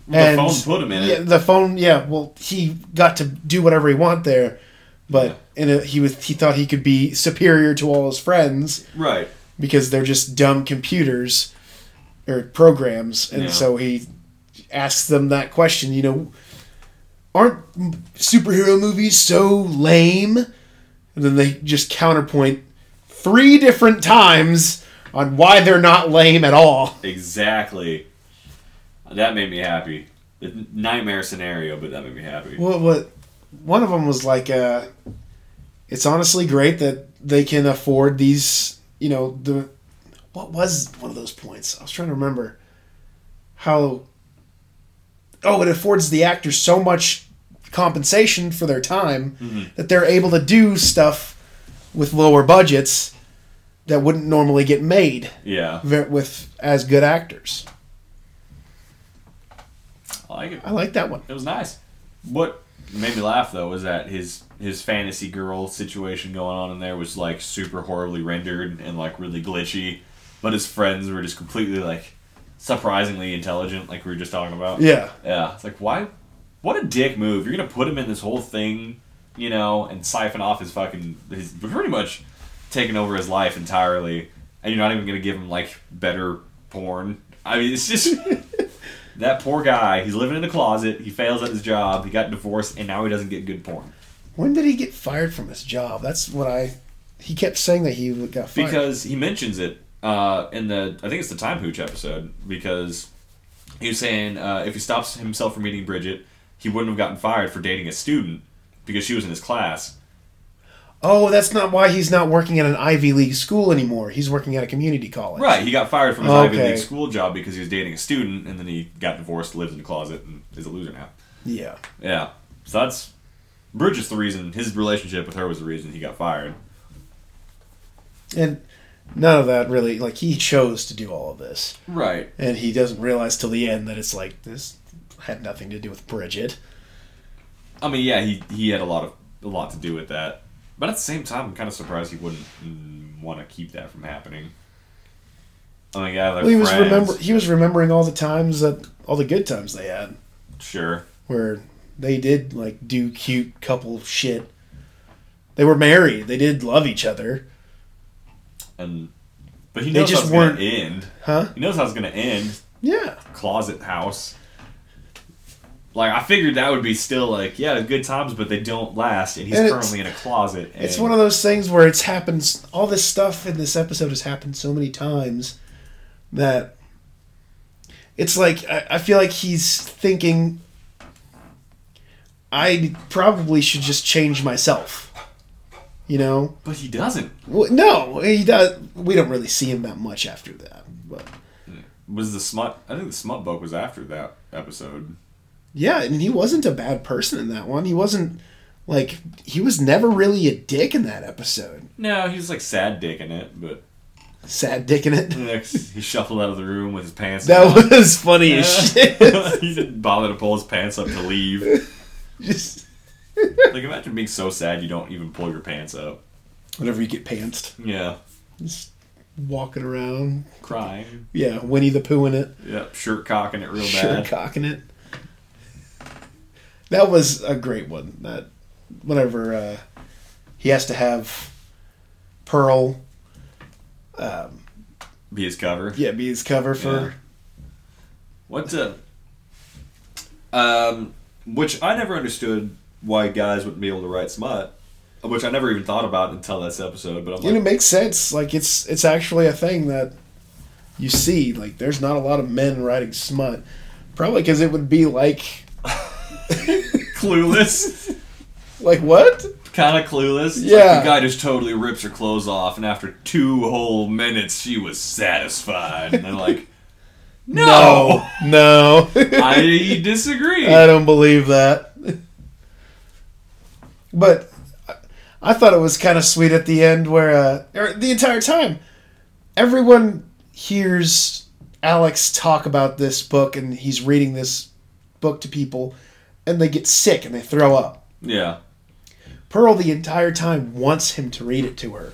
Speaker 1: The phone put him in it.
Speaker 2: Yeah, the phone. Yeah, well, he got to do whatever he want there, but in a, he was he thought he could be superior to all his friends
Speaker 1: Right.
Speaker 2: because they're just dumb computers or programs, and
Speaker 1: Yeah.
Speaker 2: so he asks them that question. You know, aren't m- superhero movies so lame? And then they just counterpoint three different times on why they're not lame at all.
Speaker 1: Exactly. That made me happy. The nightmare scenario, but that made me happy.
Speaker 2: What what one of them was like uh it's honestly great that they can afford these, you know, the what was one of those points? I was trying to remember how oh, it affords the actors so much compensation for their time that they're able to do stuff with lower budgets that wouldn't normally get made
Speaker 1: Yeah,
Speaker 2: ve- with as good actors.
Speaker 1: I like it.
Speaker 2: I like that one.
Speaker 1: It was nice. What made me laugh though was that his his fantasy girl situation going on in there was like super horribly rendered and like really glitchy, but his friends were just completely like surprisingly intelligent, like we were just talking about.
Speaker 2: Yeah.
Speaker 1: Yeah, it's like why? What a dick move! You're gonna put him in this whole thing, you know, and siphon off his fucking his pretty much taking over his life entirely, and you're not even gonna give him like better porn. I mean, it's just that poor guy. He's living in a closet. He fails at his job. He got divorced, and now he doesn't get good porn
Speaker 2: When did he get fired from his job? That's what I. He kept saying that he got fired.
Speaker 1: because he mentions it uh, in the I think it's the time hooch episode because he was saying uh, if he stops himself from meeting Bridget, he wouldn't have gotten fired for dating a student because she was in his class.
Speaker 2: oh, that's not why he's not working at an Ivy League school anymore. He's working at a community college.
Speaker 1: Right, he got fired from his Ivy
Speaker 2: Okay.
Speaker 1: League school job because he was dating a student, and then he got divorced, lives in the closet, and is a loser now.
Speaker 2: Yeah.
Speaker 1: Yeah, so that's Bridget's the reason. His relationship with her was the reason he got fired.
Speaker 2: And none of that really like he chose to do all of this
Speaker 1: Right.
Speaker 2: and he doesn't realize till the end that it's like this had nothing to do with Bridget.
Speaker 1: I mean, yeah, he he had a lot of a lot to do with that, but at the same time, I'm kind of surprised he wouldn't mm, want to keep that from happening. I mean, yeah, they're
Speaker 2: Well, he was
Speaker 1: friends.
Speaker 2: remember he was remembering all the times that all the good times they had
Speaker 1: sure.
Speaker 2: where they did like do cute couple shit. They were married. They did love each other,
Speaker 1: And but he
Speaker 2: They
Speaker 1: knows
Speaker 2: just
Speaker 1: how it's going
Speaker 2: weren't-
Speaker 1: to end.
Speaker 2: huh?
Speaker 1: He knows how it's going to end.
Speaker 2: Yeah.
Speaker 1: Closet house. Like I figured that would be still like yeah good times but they don't last and he's
Speaker 2: And it's-
Speaker 1: currently in a closet. And
Speaker 2: It's one of those things where it's happened. All this stuff in this episode has happened so many times that it's like I, I feel like he's thinking, I probably should just change myself. You know,
Speaker 1: but he doesn't.
Speaker 2: Well, no, he does. We don't really see him that much after that, but
Speaker 1: Was the smut? I think the smut book was after that episode.
Speaker 2: yeah, and he wasn't a bad person in that one. He wasn't like he was never really a dick in that episode.
Speaker 1: No, he was like sad dick in it, but
Speaker 2: Sad dick in
Speaker 1: Mm.
Speaker 2: it.
Speaker 1: Next, he shuffled out of the room with his pants.
Speaker 2: <laughs> That
Speaker 1: down.
Speaker 2: was funny
Speaker 1: <laughs>
Speaker 2: as shit. <laughs>
Speaker 1: he didn't bother to pull his pants up to leave.
Speaker 2: Just
Speaker 1: Like, imagine being so sad you don't even pull your pants up.
Speaker 2: whenever you get pantsed,
Speaker 1: Yeah,
Speaker 2: just walking around.
Speaker 1: crying.
Speaker 2: Yeah, Winnie the Pooh in it,
Speaker 1: Yep, shirt cocking it real
Speaker 2: shirt
Speaker 1: bad.
Speaker 2: cocking it. That was a great one. That whenever uh, he has to have Pearl, um,
Speaker 1: Be his cover.
Speaker 2: yeah, be his cover for.
Speaker 1: What uh, the? Um, which I never understood why guys wouldn't be able to write smut, which I never even thought about until this episode. But I'm
Speaker 2: and it
Speaker 1: like,
Speaker 2: makes sense. Like it's it's actually a thing that you see. Like there's not a lot of men writing smut, probably because it would be like <laughs>
Speaker 1: clueless.
Speaker 2: like what?
Speaker 1: kind of clueless. It's
Speaker 2: Yeah.
Speaker 1: Like the guy just totally rips her clothes off, and after two whole minutes, she was satisfied. And they're
Speaker 2: <laughs>
Speaker 1: like, no,
Speaker 2: no,
Speaker 1: <laughs>
Speaker 2: Uh,
Speaker 1: I disagree.
Speaker 2: I don't believe that. But I- I thought it was kind of sweet at the end where uh, or the entire time everyone hears Alex talk about this book and he's reading this book to people and they get sick and they throw up.
Speaker 1: yeah.
Speaker 2: Pearl the entire time wants him to read it to her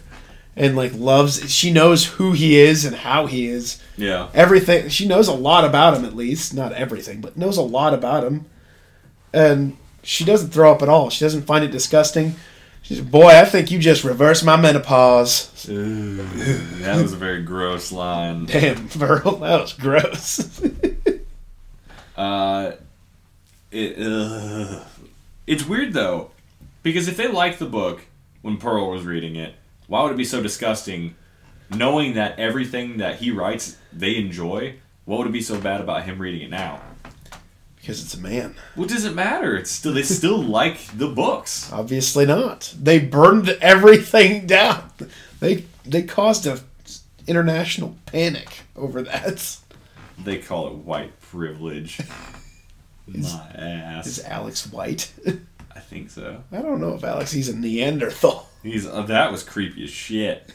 Speaker 2: and like loves she knows who he is and how he is
Speaker 1: Yeah.
Speaker 2: everything she knows a lot about him at least not everything but knows a lot about him and she doesn't throw up at all she doesn't find it disgusting she's boy i think you just reversed my menopause <laughs>
Speaker 1: that was a very gross line.
Speaker 2: damn Pearl that was gross <laughs>
Speaker 1: Uh, it, ugh. it's weird though, because if they liked the book when Pearl was reading it, why would it be so disgusting? Knowing that everything that he writes, they enjoy. What would it be so bad about him reading it now?
Speaker 2: because it's a man
Speaker 1: What does it matter? It's still they still <laughs> like the books.
Speaker 2: obviously not they burned everything down they they caused a international panic over that
Speaker 1: They call it white privilege. My
Speaker 2: Is
Speaker 1: ass.
Speaker 2: Alex White? <laughs>
Speaker 1: I think so.
Speaker 2: I don't know if Alex he's a Neanderthal.
Speaker 1: He's uh, that was creepy as shit.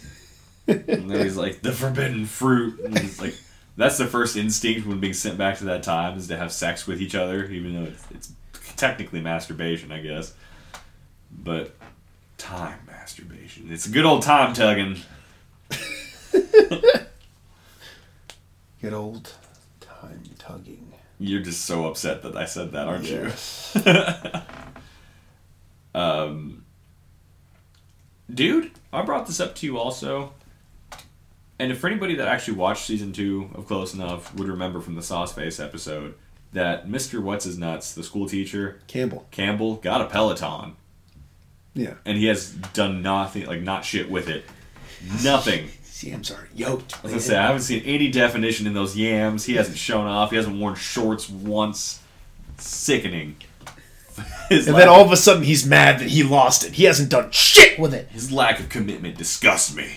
Speaker 1: and then he's like the forbidden fruit. And he's like that's the first instinct when being sent back to that time is to have sex with each other, even though it's, it's technically masturbation, I guess. But time masturbation. It's a good old time tugging.
Speaker 2: Good old time tugging.
Speaker 1: You're just so upset that I said that, aren't you?
Speaker 2: Yes.
Speaker 1: Um, dude, I brought this up to you also. And if for anybody that actually watched season two of Close Enough would remember from the Sauce Face episode that Mr. What's His Nuts, the school teacher,
Speaker 2: Campbell.
Speaker 1: Campbell, got a Peloton.
Speaker 2: Yeah.
Speaker 1: And he has done nothing, like, not shit with it. Nothing.
Speaker 2: Yams are yoked.
Speaker 1: I was gonna say, I haven't seen any definition in those yams. He hasn't shown off. He hasn't worn shorts once. Sickening. <laughs> His
Speaker 2: and
Speaker 1: lack
Speaker 2: then all of a sudden he's mad that he lost it. He hasn't done shit with it.
Speaker 1: His lack of commitment disgusts me.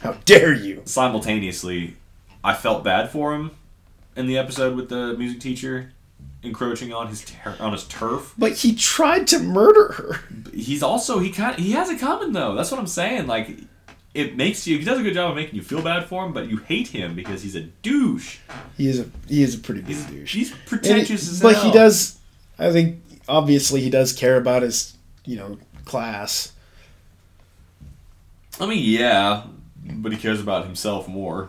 Speaker 2: How dare you?
Speaker 1: Simultaneously, I felt bad for him in the episode with the music teacher encroaching on his ter- on his turf.
Speaker 2: But he tried to murder her.
Speaker 1: He's also he kind he has it coming though. That's what I'm saying. Like it makes you. He does a good job of making you feel bad for him, but you hate him because he's a douche.
Speaker 2: He is a he is a pretty big
Speaker 1: He's,
Speaker 2: douche.
Speaker 1: he's
Speaker 2: And it-
Speaker 1: pretentious as
Speaker 2: but
Speaker 1: hell.
Speaker 2: he does. I think obviously he does care about his you know class.
Speaker 1: I mean, yeah, but he cares about himself more.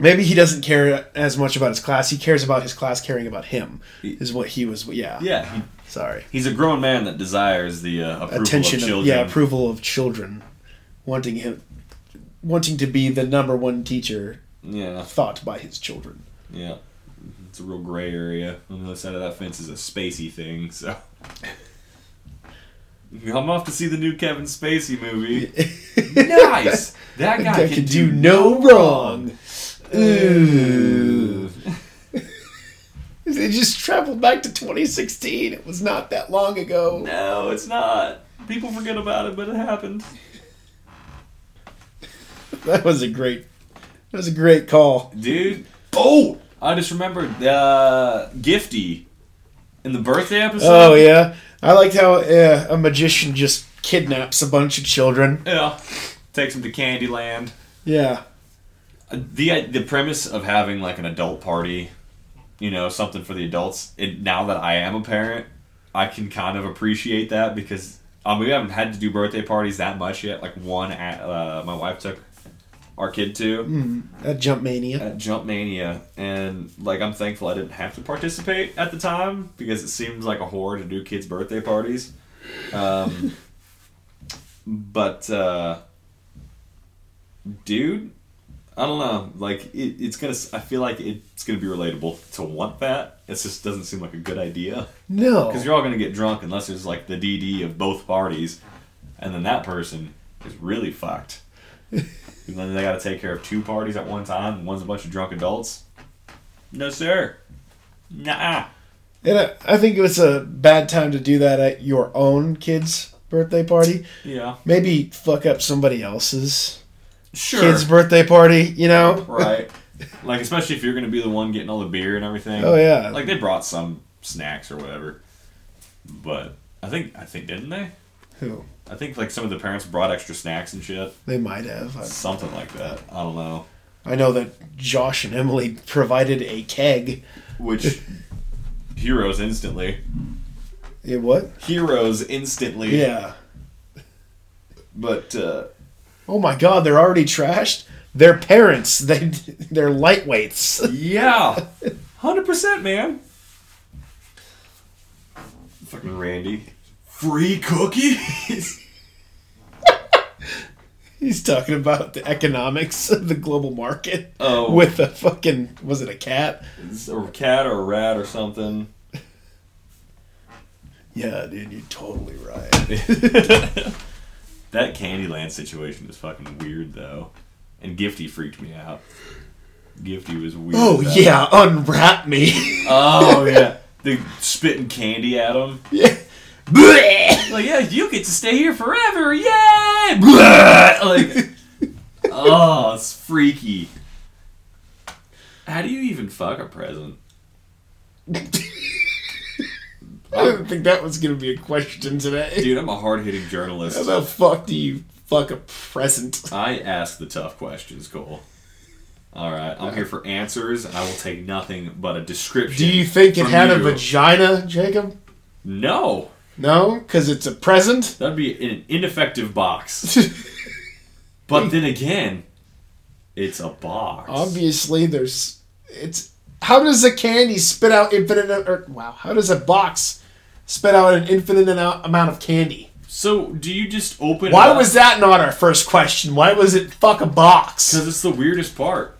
Speaker 2: Maybe he doesn't care as much about his class. He cares about his class caring about him.
Speaker 1: He-
Speaker 2: Is what he was. Yeah.
Speaker 1: Yeah, he,
Speaker 2: Sorry.
Speaker 1: he's a grown man that desires the uh, approval
Speaker 2: Attention.
Speaker 1: of
Speaker 2: Of
Speaker 1: children.
Speaker 2: yeah. Approval of children. Wanting him. Wanting to be the number one teacher
Speaker 1: yeah,
Speaker 2: thought by his children.
Speaker 1: yeah. It's a real gray area. On the other side of that fence is a spacey thing. So <laughs> I'm off to see the new Kevin Spacey
Speaker 2: <laughs>
Speaker 1: movie. nice. That guy
Speaker 2: That
Speaker 1: can,
Speaker 2: can do no wrong. Ooh.
Speaker 1: Ooh.
Speaker 2: It just traveled back to 2016. It was not that long ago.
Speaker 1: No, it's not. People forget about it, but it happened.
Speaker 2: That was a great. That was a great call.
Speaker 1: Dude,
Speaker 2: Oh.
Speaker 1: I just remembered uh, Gifty in the birthday episode.
Speaker 2: Oh yeah. I liked how uh, a magician just kidnaps a bunch of children.
Speaker 1: Yeah. Takes him to Candyland.
Speaker 2: Yeah.
Speaker 1: The the premise of having like an adult party, you know, something for the adults. It, now that I am a parent, I can kind of appreciate that because um, we haven't had to do birthday parties that much yet. Like one at uh, my wife took our kid to
Speaker 2: That jump mania.
Speaker 1: at Jump Mania, and like I'm thankful I didn't have to participate at the time because it seems like a horror to do kids' birthday parties. Um, <laughs> but uh, dude, I don't know. Like it, it's gonna. s- I feel like it's gonna be relatable to want that. It just doesn't seem like a good idea
Speaker 2: No.
Speaker 1: because you're all gonna get drunk unless there's like the DD of both parties, and then that person is really
Speaker 2: <laughs>
Speaker 1: fucked. and then they gotta take care of two parties at one time. and One's a bunch of drunk adults. No sir. Nah.
Speaker 2: And I, I think it was a bad time to do that at your own kid's birthday party.
Speaker 1: Yeah.
Speaker 2: Maybe fuck up somebody else's
Speaker 1: Sure.
Speaker 2: kid's birthday party. You know. <laughs>
Speaker 1: right. Like especially if you're gonna be the one getting all the beer and everything.
Speaker 2: Oh yeah.
Speaker 1: Like they brought some snacks or whatever, but I think I think didn't they?
Speaker 2: Who?
Speaker 1: I think like some of the parents brought extra snacks and shit,
Speaker 2: They might have. I-
Speaker 1: something like that. I don't know.
Speaker 2: I know that Josh and Emily provided a keg. <laughs>
Speaker 1: which heroes instantly.
Speaker 2: It what?
Speaker 1: Heroes instantly.
Speaker 2: Yeah.
Speaker 1: But uh,
Speaker 2: Oh my God, they're already trashed. Their parents, they they're lightweights. <laughs>
Speaker 1: yeah, hundred percent, man. Fucking Randy. Free cookies. <laughs>
Speaker 2: He's talking about the economics of the global market
Speaker 1: oh,
Speaker 2: with a fucking was it a cat?
Speaker 1: it's a cat or a rat or something.
Speaker 2: Yeah, dude, you're totally
Speaker 1: <laughs>
Speaker 2: right.
Speaker 1: that Candyland situation is fucking weird though, and Gifty freaked me out. Gifty was weird.
Speaker 2: Oh
Speaker 1: as hell.
Speaker 2: yeah, unwrap me. <laughs>
Speaker 1: Oh yeah. They spitting candy at him.
Speaker 2: yeah.
Speaker 1: like yeah, you get to stay here forever,
Speaker 2: <laughs>
Speaker 1: yay! like, oh, it's freaky. How do you even fuck a present?
Speaker 2: I didn't think that was gonna be a question today.
Speaker 1: Dude, I'm a hard hitting
Speaker 2: How
Speaker 1: journalist.
Speaker 2: the fuck do you fuck a present?
Speaker 1: I ask the tough questions, Cole. All right, I'm here for answers, and I will take nothing but a description.
Speaker 2: Do you think it
Speaker 1: from
Speaker 2: had a
Speaker 1: you.
Speaker 2: vagina, Jacob?
Speaker 1: No,
Speaker 2: No, because it's a present.
Speaker 1: that'd be an ineffective
Speaker 2: <laughs>
Speaker 1: box. but then again, it's a box.
Speaker 2: Obviously, there's it's. How does a candy spit out infinite? Or, wow, how does a box spit out an infinite amount amount of candy?
Speaker 1: So, do you just open? it
Speaker 2: Why
Speaker 1: up?
Speaker 2: was that not our first question? Why was it fuck a box?
Speaker 1: Because it's the weirdest part.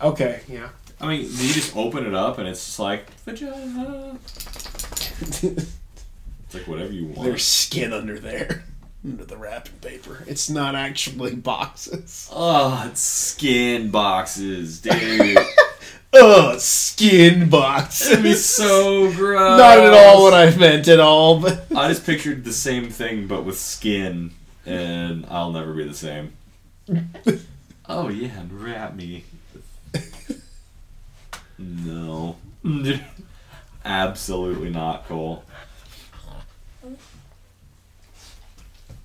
Speaker 2: Okay, yeah. <laughs>
Speaker 1: I mean, you just open it up and it's just like vagina. It's like whatever you want.
Speaker 2: There's skin under there, <laughs> under the wrapping paper. It's not actually boxes.
Speaker 1: oh, it's skin boxes,
Speaker 2: <laughs>
Speaker 1: dude.
Speaker 2: Ugh, skin boxes.
Speaker 1: It'd be so gross.
Speaker 2: <laughs> not at all what I meant at all. But
Speaker 1: I just pictured the same thing but with skin, and I'll never be the same. <laughs> oh yeah, and wrap me. No, <laughs> absolutely not, Cole.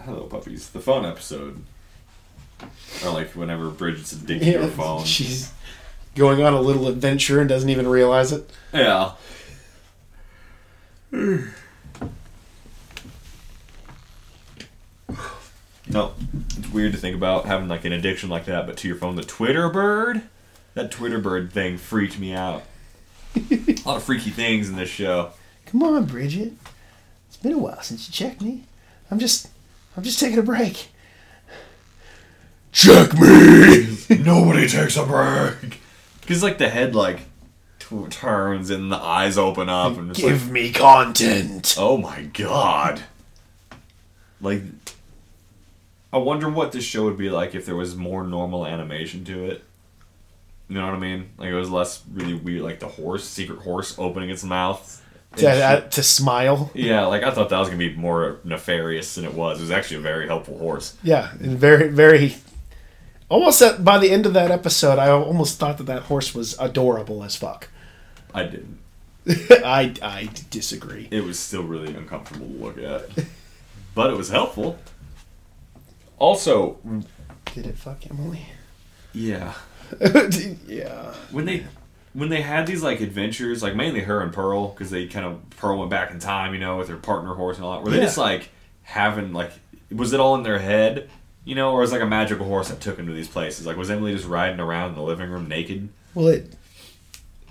Speaker 1: Hello, puppies. The phone episode. Or like whenever Bridget's addicted to her
Speaker 2: Yeah,
Speaker 1: phone.
Speaker 2: <laughs> she's going on a little adventure and doesn't even realize it.
Speaker 1: <sighs> Yeah. No, it's weird to think about having like an addiction like that, but to your phone, the Twitter bird, that Twitter bird thing freaked me out. a lot of freaky things in this show.
Speaker 2: Come on, Bridget. It's been a while since you checked me. I'm just, I'm just taking a break. Check me.
Speaker 1: Nobody takes a break. Because like the head like t- turns and the eyes open up and it's like,
Speaker 2: Give me content.
Speaker 1: oh my god. Like, I wonder what this show would be like if there was more normal animation to it. You know what I mean? Like it was less really weird, like the horse, secret horse opening its mouth. and
Speaker 2: To,
Speaker 1: shit.
Speaker 2: uh, to smile.
Speaker 1: yeah, like I thought that was gonna be more nefarious than it was. It was actually a very helpful horse.
Speaker 2: Yeah, and very, very. Almost at, by the end of that episode, I almost thought that that horse was adorable as fuck. <laughs>
Speaker 1: I didn't.
Speaker 2: I, I disagree.
Speaker 1: it was still really uncomfortable to look at. but it was helpful. Also,
Speaker 2: Did it fuck Emily?
Speaker 1: yeah,
Speaker 2: <laughs> yeah.
Speaker 1: when they when they had these like adventures, like mainly her and Pearl, because they kind of Pearl went back in time, you know, with her partner horse and all that. Were they
Speaker 2: Yeah.
Speaker 1: just like having like was it all in their head, you know, or was it, like a magical horse that took him to these places? Like was Emily just riding around in the living room naked?
Speaker 2: Well, it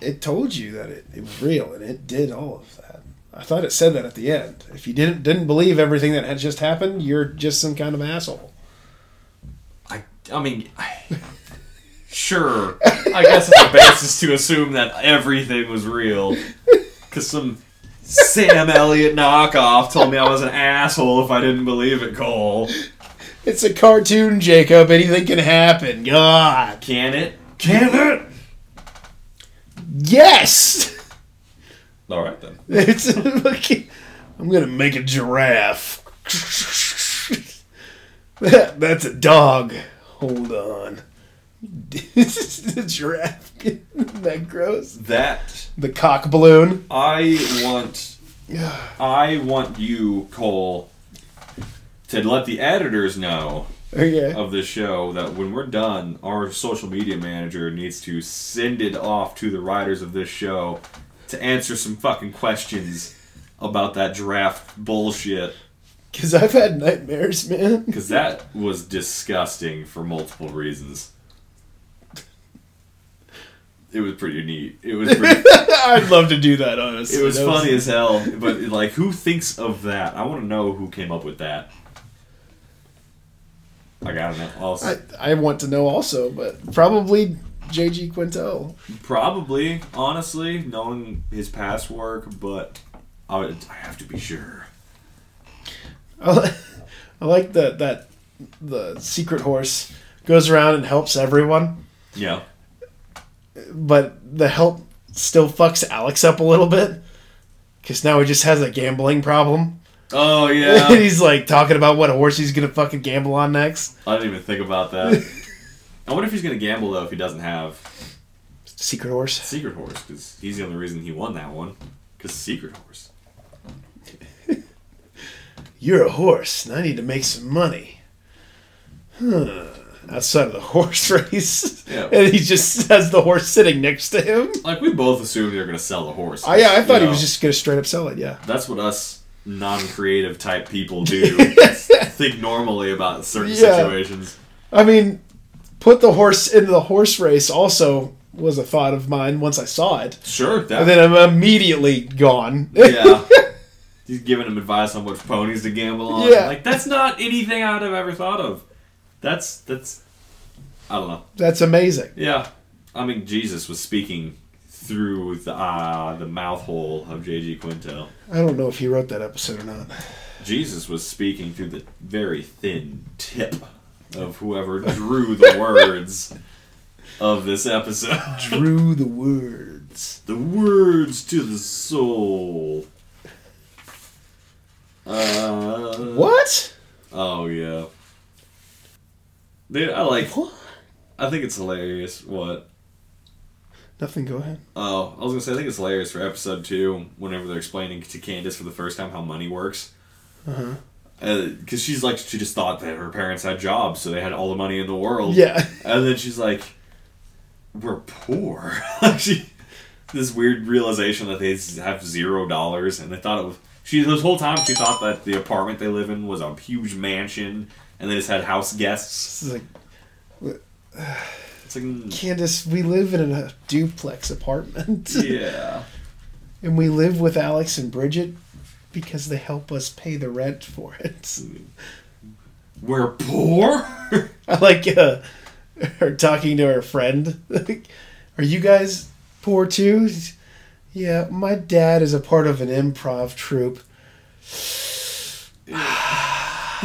Speaker 2: it told you that it, it was real, and it did all of that. I thought it said that at the end. If you didn't didn't believe everything that had just happened, you're just some kind of asshole.
Speaker 1: I I mean. I, Sure, I guess it's a basis to assume that everything was real. Because some Sam Elliott knockoff told me I was an asshole if I didn't believe it, Cole.
Speaker 2: It's a cartoon, Jacob. Anything can happen. God.
Speaker 1: Can it? Can it?
Speaker 2: Yes. <laughs>
Speaker 1: Alright then.
Speaker 2: It's look, I'm gonna make a giraffe. <laughs> That- that's a dog. Hold on. <laughs> the giraffe. Isn't that gross.
Speaker 1: That,
Speaker 2: The cock balloon. <sighs>
Speaker 1: I want, I want you, Cole, to let the editors know
Speaker 2: Okay.
Speaker 1: of this show that when we're done, our social media manager needs to send it off to the writers of this show to answer some fucking questions about that draft bullshit
Speaker 2: Because I've had nightmares, man. <laughs>
Speaker 1: because that was disgusting for multiple reasons. It was pretty neat. It was pretty,
Speaker 2: I'd love to do that, honestly.
Speaker 1: it was
Speaker 2: That
Speaker 1: funny as hell, but like who thinks of that? I want to know who came up with that. Like I don't know. Also,
Speaker 2: I, I want to know also, but probably JG Quintel. <laughs>
Speaker 1: Probably, honestly, knowing his past work, but I, would, I have to be sure.
Speaker 2: I, li- I like that that the secret horse goes around and helps everyone,
Speaker 1: Yeah.
Speaker 2: but the help still fucks Alex up a little bit. Because now he just has a gambling problem.
Speaker 1: Oh
Speaker 2: and
Speaker 1: yeah.
Speaker 2: <laughs> he's like talking about what horse he's going to fucking gamble on next.
Speaker 1: I didn't even think about
Speaker 2: <laughs>
Speaker 1: that. I wonder if he's gonna gamble though if he doesn't have
Speaker 2: Secret horse.
Speaker 1: Secret Horse because he's the only reason he won that one. Because Secret Horse.
Speaker 2: You're a horse, and I need to make some money. Huh. Outside of the <laughs> horse race.
Speaker 1: Yeah.
Speaker 2: and he just <laughs> has the horse sitting next to him.
Speaker 1: Like we both assumed they were gonna sell the horse.
Speaker 2: I, Oh, yeah, I thought
Speaker 1: You
Speaker 2: he was
Speaker 1: know,
Speaker 2: just going to straight up sell it, yeah.
Speaker 1: That's what us non-creative type people
Speaker 2: <laughs>
Speaker 1: do. think normally about certain
Speaker 2: Yeah.
Speaker 1: situations.
Speaker 2: I mean, put the horse into the horse race also was a thought of mine once I saw it.
Speaker 1: Sure. That,
Speaker 2: And then I'm immediately gone. <laughs>
Speaker 1: yeah. He's giving him advice on which ponies to gamble on.
Speaker 2: Yeah.
Speaker 1: Like that's not anything I'd have ever thought of. That's that's I don't know.
Speaker 2: That's amazing.
Speaker 1: Yeah. I mean Jesus was speaking through the uh, the mouth hole of JG Quinto.
Speaker 2: I don't know if he wrote that episode or <laughs> not.
Speaker 1: Jesus was speaking through the very thin tip of whoever drew
Speaker 2: <laughs>
Speaker 1: the words of this episode.
Speaker 2: Drew the words.
Speaker 1: The words to the soul. Uh,
Speaker 2: What?
Speaker 1: Oh yeah. Dude, I like.
Speaker 2: What?
Speaker 1: I think it's hilarious. What?
Speaker 2: Nothing, go ahead.
Speaker 1: Oh, I was gonna say I think it's hilarious for episode two. Whenever they're explaining to Candace for the first time how money works,
Speaker 2: Uh-huh.
Speaker 1: because she's like she just thought that her parents had jobs, so they had all the money in the world.
Speaker 2: Yeah. <laughs>
Speaker 1: and then she's like, "We're poor." <laughs> like she, this weird realization that they have zero dollars, and they thought it was she. This whole time she thought that the apartment they live in was a huge mansion, and they just had house guests.
Speaker 2: This is like
Speaker 1: It's like, mm,
Speaker 2: Candace, we live in a duplex apartment.
Speaker 1: yeah,
Speaker 2: <laughs> And we live with Alex and Bridget because they help us pay the rent for it. <laughs>
Speaker 1: we're poor. <laughs>
Speaker 2: I like uh, her talking to her friend. <laughs> Like, Are you guys poor too? Yeah, my dad is a part of an improv troupe. <sighs>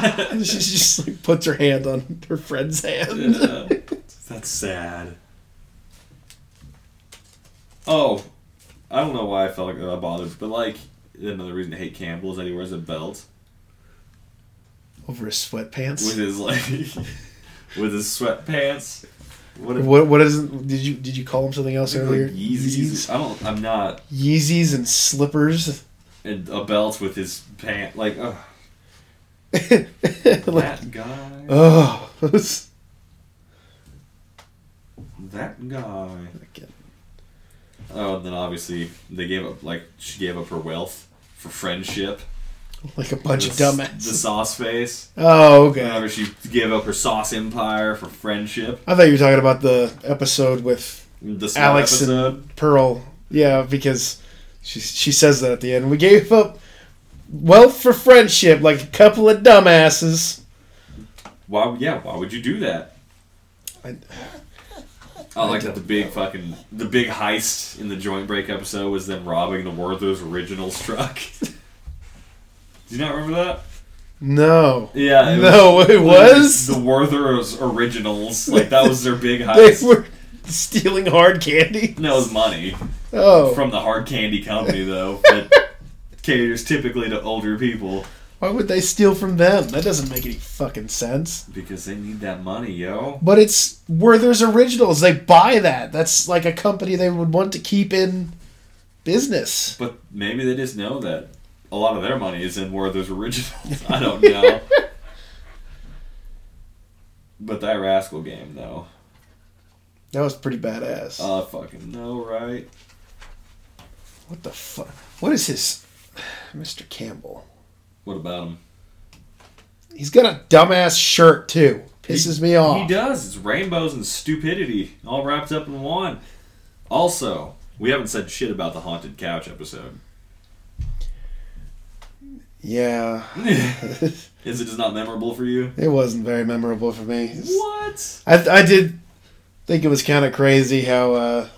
Speaker 2: And she just like puts her hand on her friend's hand.
Speaker 1: Yeah. That's sad. Oh, I don't know why I felt like I bothered, but like another reason to hate Campbell is that he wears a belt
Speaker 2: Over his
Speaker 1: with
Speaker 2: sweatpants.
Speaker 1: his like <laughs> with his sweatpants. What if
Speaker 2: What what is did you did you call him something else
Speaker 1: like
Speaker 2: earlier?
Speaker 1: Yeezys? I don't. I'm not.
Speaker 2: Yeezys. Yeezys and slippers. <laughs>
Speaker 1: And a belt with his pant. Like ugh,
Speaker 2: like,
Speaker 1: that guy.
Speaker 2: oh,
Speaker 1: That guy. Oh, and then obviously they gave up. Like she gave up her wealth for friendship.
Speaker 2: like a bunch of
Speaker 1: The s-
Speaker 2: dumbass.
Speaker 1: The sauce face.
Speaker 2: Oh, okay.
Speaker 1: Whenever she gave up her sauce empire for friendship,
Speaker 2: I thought you were talking about the episode with
Speaker 1: the small
Speaker 2: Alex
Speaker 1: episode.
Speaker 2: and Pearl. Yeah, because she she says that at the end. We gave up wealth for friendship, like a couple of dumbasses.
Speaker 1: Why? Yeah, why would you do that?
Speaker 2: I,
Speaker 1: I like that the big fucking the big heist in the joint break episode was them robbing the Werther's Originals truck. <laughs> do you not remember that?
Speaker 2: no,
Speaker 1: Yeah.
Speaker 2: No, it was?
Speaker 1: the Werther's
Speaker 2: <laughs>
Speaker 1: Originals. Like that was their big
Speaker 2: they
Speaker 1: heist.
Speaker 2: <laughs> were stealing hard candy.
Speaker 1: No, it was money
Speaker 2: Oh,
Speaker 1: from the hard candy company
Speaker 2: <laughs>
Speaker 1: though. That caters typically to older people
Speaker 2: why would they steal from them? That doesn't make any fucking sense.
Speaker 1: because they need that money, yo.
Speaker 2: But it's Werther's Originals. They buy that. That's like a company they would want to keep in business.
Speaker 1: But maybe they just know that a lot of their money is in Werther's originals. I don't know. but that rascal game though,
Speaker 2: That was pretty badass.
Speaker 1: I fucking know, right?
Speaker 2: What the fuck? What is his, <sighs> Mr. Campbell?
Speaker 1: What about him?
Speaker 2: He's got a dumbass shirt too. Pisses me off.
Speaker 1: He does. It's rainbows and stupidity all wrapped up in one. Also, we haven't said shit about the haunted couch episode. <laughs>
Speaker 2: Yeah, <laughs>
Speaker 1: is it just not memorable for you?
Speaker 2: it wasn't very memorable for me. It's-
Speaker 1: What?
Speaker 2: I I did think it was kind of crazy how uh,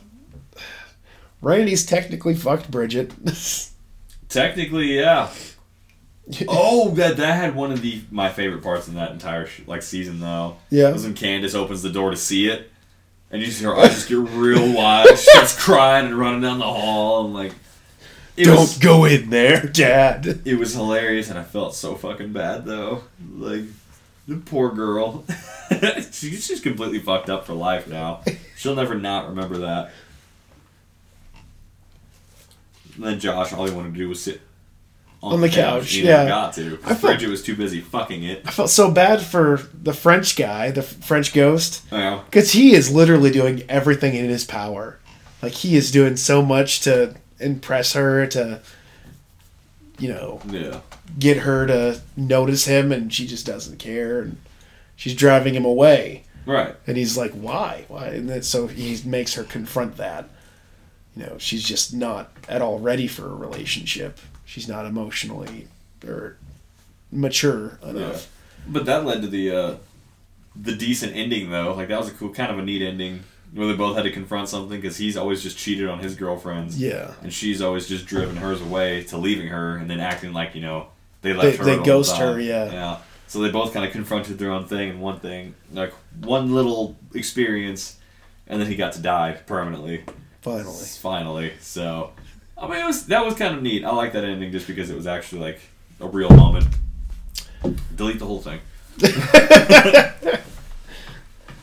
Speaker 2: Randy's technically fucked Bridget. <laughs>
Speaker 1: Technically, yeah. Oh, that that had one of the my favorite parts in that entire sh- like season though.
Speaker 2: yeah,
Speaker 1: That's when Candace opens the door to see it, and you see her eyes just get real wide. She starts crying and running down the hall, and like, it
Speaker 2: don't
Speaker 1: was
Speaker 2: go in there, Dad.
Speaker 1: it was hilarious, and I felt so fucking bad though. Like, the poor girl, <laughs> she's just completely fucked up for life now. She'll never not remember that. And then Josh, all he wanted to do was sit
Speaker 2: On the couch,
Speaker 1: He never
Speaker 2: yeah.
Speaker 1: got to.
Speaker 2: I felt-
Speaker 1: Bridget was too busy fucking it.
Speaker 2: I felt so bad for the French guy, the French ghost.
Speaker 1: Yeah.
Speaker 2: Because he is literally doing everything in his power. Like, he is doing so much to impress her, to, you know,
Speaker 1: Yeah.
Speaker 2: get her to notice him, and she just doesn't care. And she's driving him away.
Speaker 1: Right.
Speaker 2: And he's like, why? Why? And then, so he makes her confront that. You know, she's just not at all ready for a relationship. She's not emotionally or mature enough.
Speaker 1: But that led to the uh, the decent ending though. Like that was a cool, kind of a neat ending where they both had to confront something because he's always just cheated on his girlfriends,
Speaker 2: Yeah.
Speaker 1: and she's always just driven hers away to leaving her and then acting like you know they
Speaker 2: They-
Speaker 1: left her.
Speaker 2: they
Speaker 1: the whole
Speaker 2: ghost her,
Speaker 1: time.
Speaker 2: yeah.
Speaker 1: Yeah. So they both kind of confronted their own thing and one thing, like one little experience, and then he got to die permanently.
Speaker 2: Finally.
Speaker 1: <laughs> Finally. So, I mean, it was that was kind of neat. I like that ending just because it was actually like a real moment. Delete the whole thing.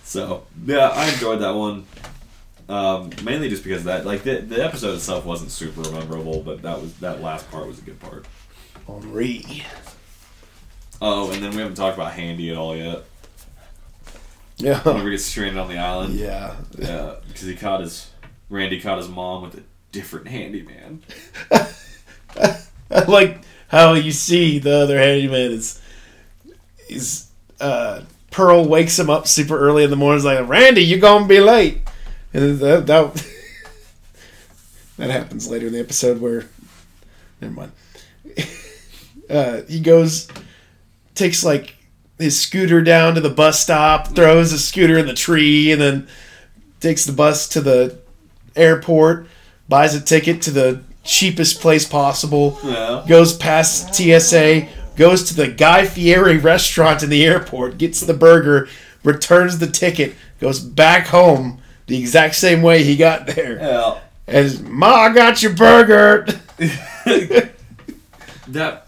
Speaker 1: so yeah, I enjoyed that one. Um, mainly just because of that, like the, the episode itself wasn't super memorable, but that was that last part was a good part.
Speaker 2: Henri.
Speaker 1: Oh, and then we haven't talked about Handy at all yet.
Speaker 2: Yeah.
Speaker 1: Whenever he gets stranded on the island,
Speaker 2: Yeah.
Speaker 1: yeah, because he caught his Randy caught his mom with a different handyman.
Speaker 2: <laughs> I like how you see the other handyman is is uh Pearl wakes him up super early in the morning. Is like, Randy, you're gonna be late, and that that, <laughs> that happens later in the episode where, never mind. <laughs> uh, he goes, takes like his scooter down to the bus stop, throws his scooter in the tree, and then takes the bus to the airport, buys a ticket to the cheapest place possible
Speaker 1: Yeah,
Speaker 2: goes past TSA, goes to the Guy Fieri restaurant in the airport, gets the burger, returns the ticket, goes back home the exact same way he got there.
Speaker 1: yeah.
Speaker 2: And Ma, I got your burger. <laughs>
Speaker 1: That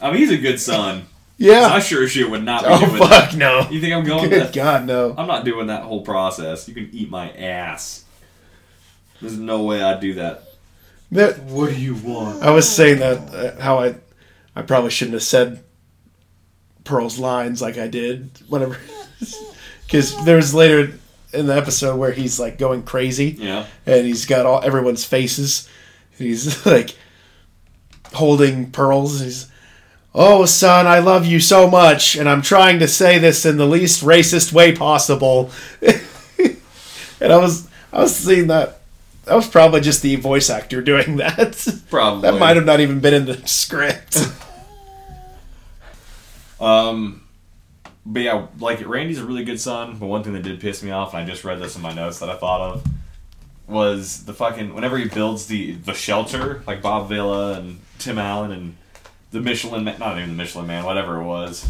Speaker 1: I mean, he's a good son. I
Speaker 2: <laughs> Yeah.
Speaker 1: sure sure would not be
Speaker 2: Oh
Speaker 1: doing that.
Speaker 2: fuck no.
Speaker 1: You think I'm going?
Speaker 2: Good
Speaker 1: To,
Speaker 2: God no.
Speaker 1: I'm not doing that whole process. You can eat my ass. There's no way I'd do that.
Speaker 2: That-
Speaker 1: What do you want?
Speaker 2: I was saying that uh, how I, I probably shouldn't have said Pearl's lines like I did. Whatever. <laughs> Because there's later in the episode where he's like going crazy.
Speaker 1: Yeah.
Speaker 2: and he's got all everyone's faces. And he's <laughs> like holding pearls. And he's, oh son, I love you so much, and I'm trying to say this in the least racist way possible. <laughs> and I was, I was seeing that. That was probably just the voice actor doing <laughs> that.
Speaker 1: Probably.
Speaker 2: that might have not even been in the <laughs> script.
Speaker 1: Um, but yeah, like Randy's a really good son. But one thing that did piss me off, and I just read this in my notes that I thought of, was the fucking whenever he builds the the shelter, like Bob Villa and Tim Allen and the Michelin man, not even the Michelin man, whatever it was.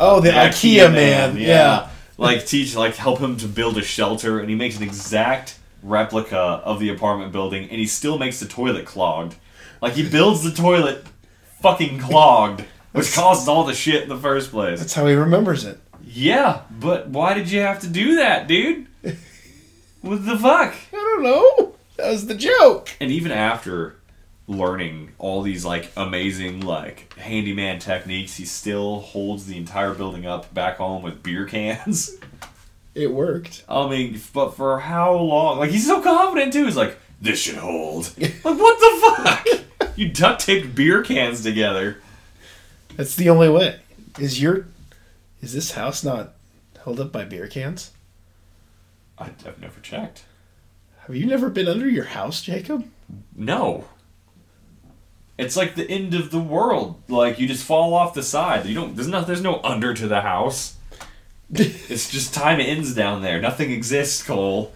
Speaker 2: oh, the, IKEA, man. yeah.
Speaker 1: Like teach, like help him to build a shelter, and he makes an exact replica of the apartment building, and he still makes the toilet clogged. Like he builds the toilet fucking clogged, which causes all the shit in the first place.
Speaker 2: that's how he remembers it.
Speaker 1: Yeah, but why did you have to do that, dude? what the fuck?
Speaker 2: I don't know. That was the joke.
Speaker 1: And even after learning all these like amazing like handyman techniques, he still holds the entire building up back home with beer cans.
Speaker 2: It worked.
Speaker 1: I mean, but for how long? Like he's so confident too. He's like, "This should hold." like what the fuck? you duct taped beer cans together.
Speaker 2: That's the only way. Is your is this house not held up by beer cans?
Speaker 1: I, I've never checked.
Speaker 2: Have you never been under your house, Jacob? <laughs>
Speaker 1: No. It's like the end of the world. Like you just fall off the side. You don't. There's not. There's no under to the house. It's just time ends down there. Nothing exists, Cole.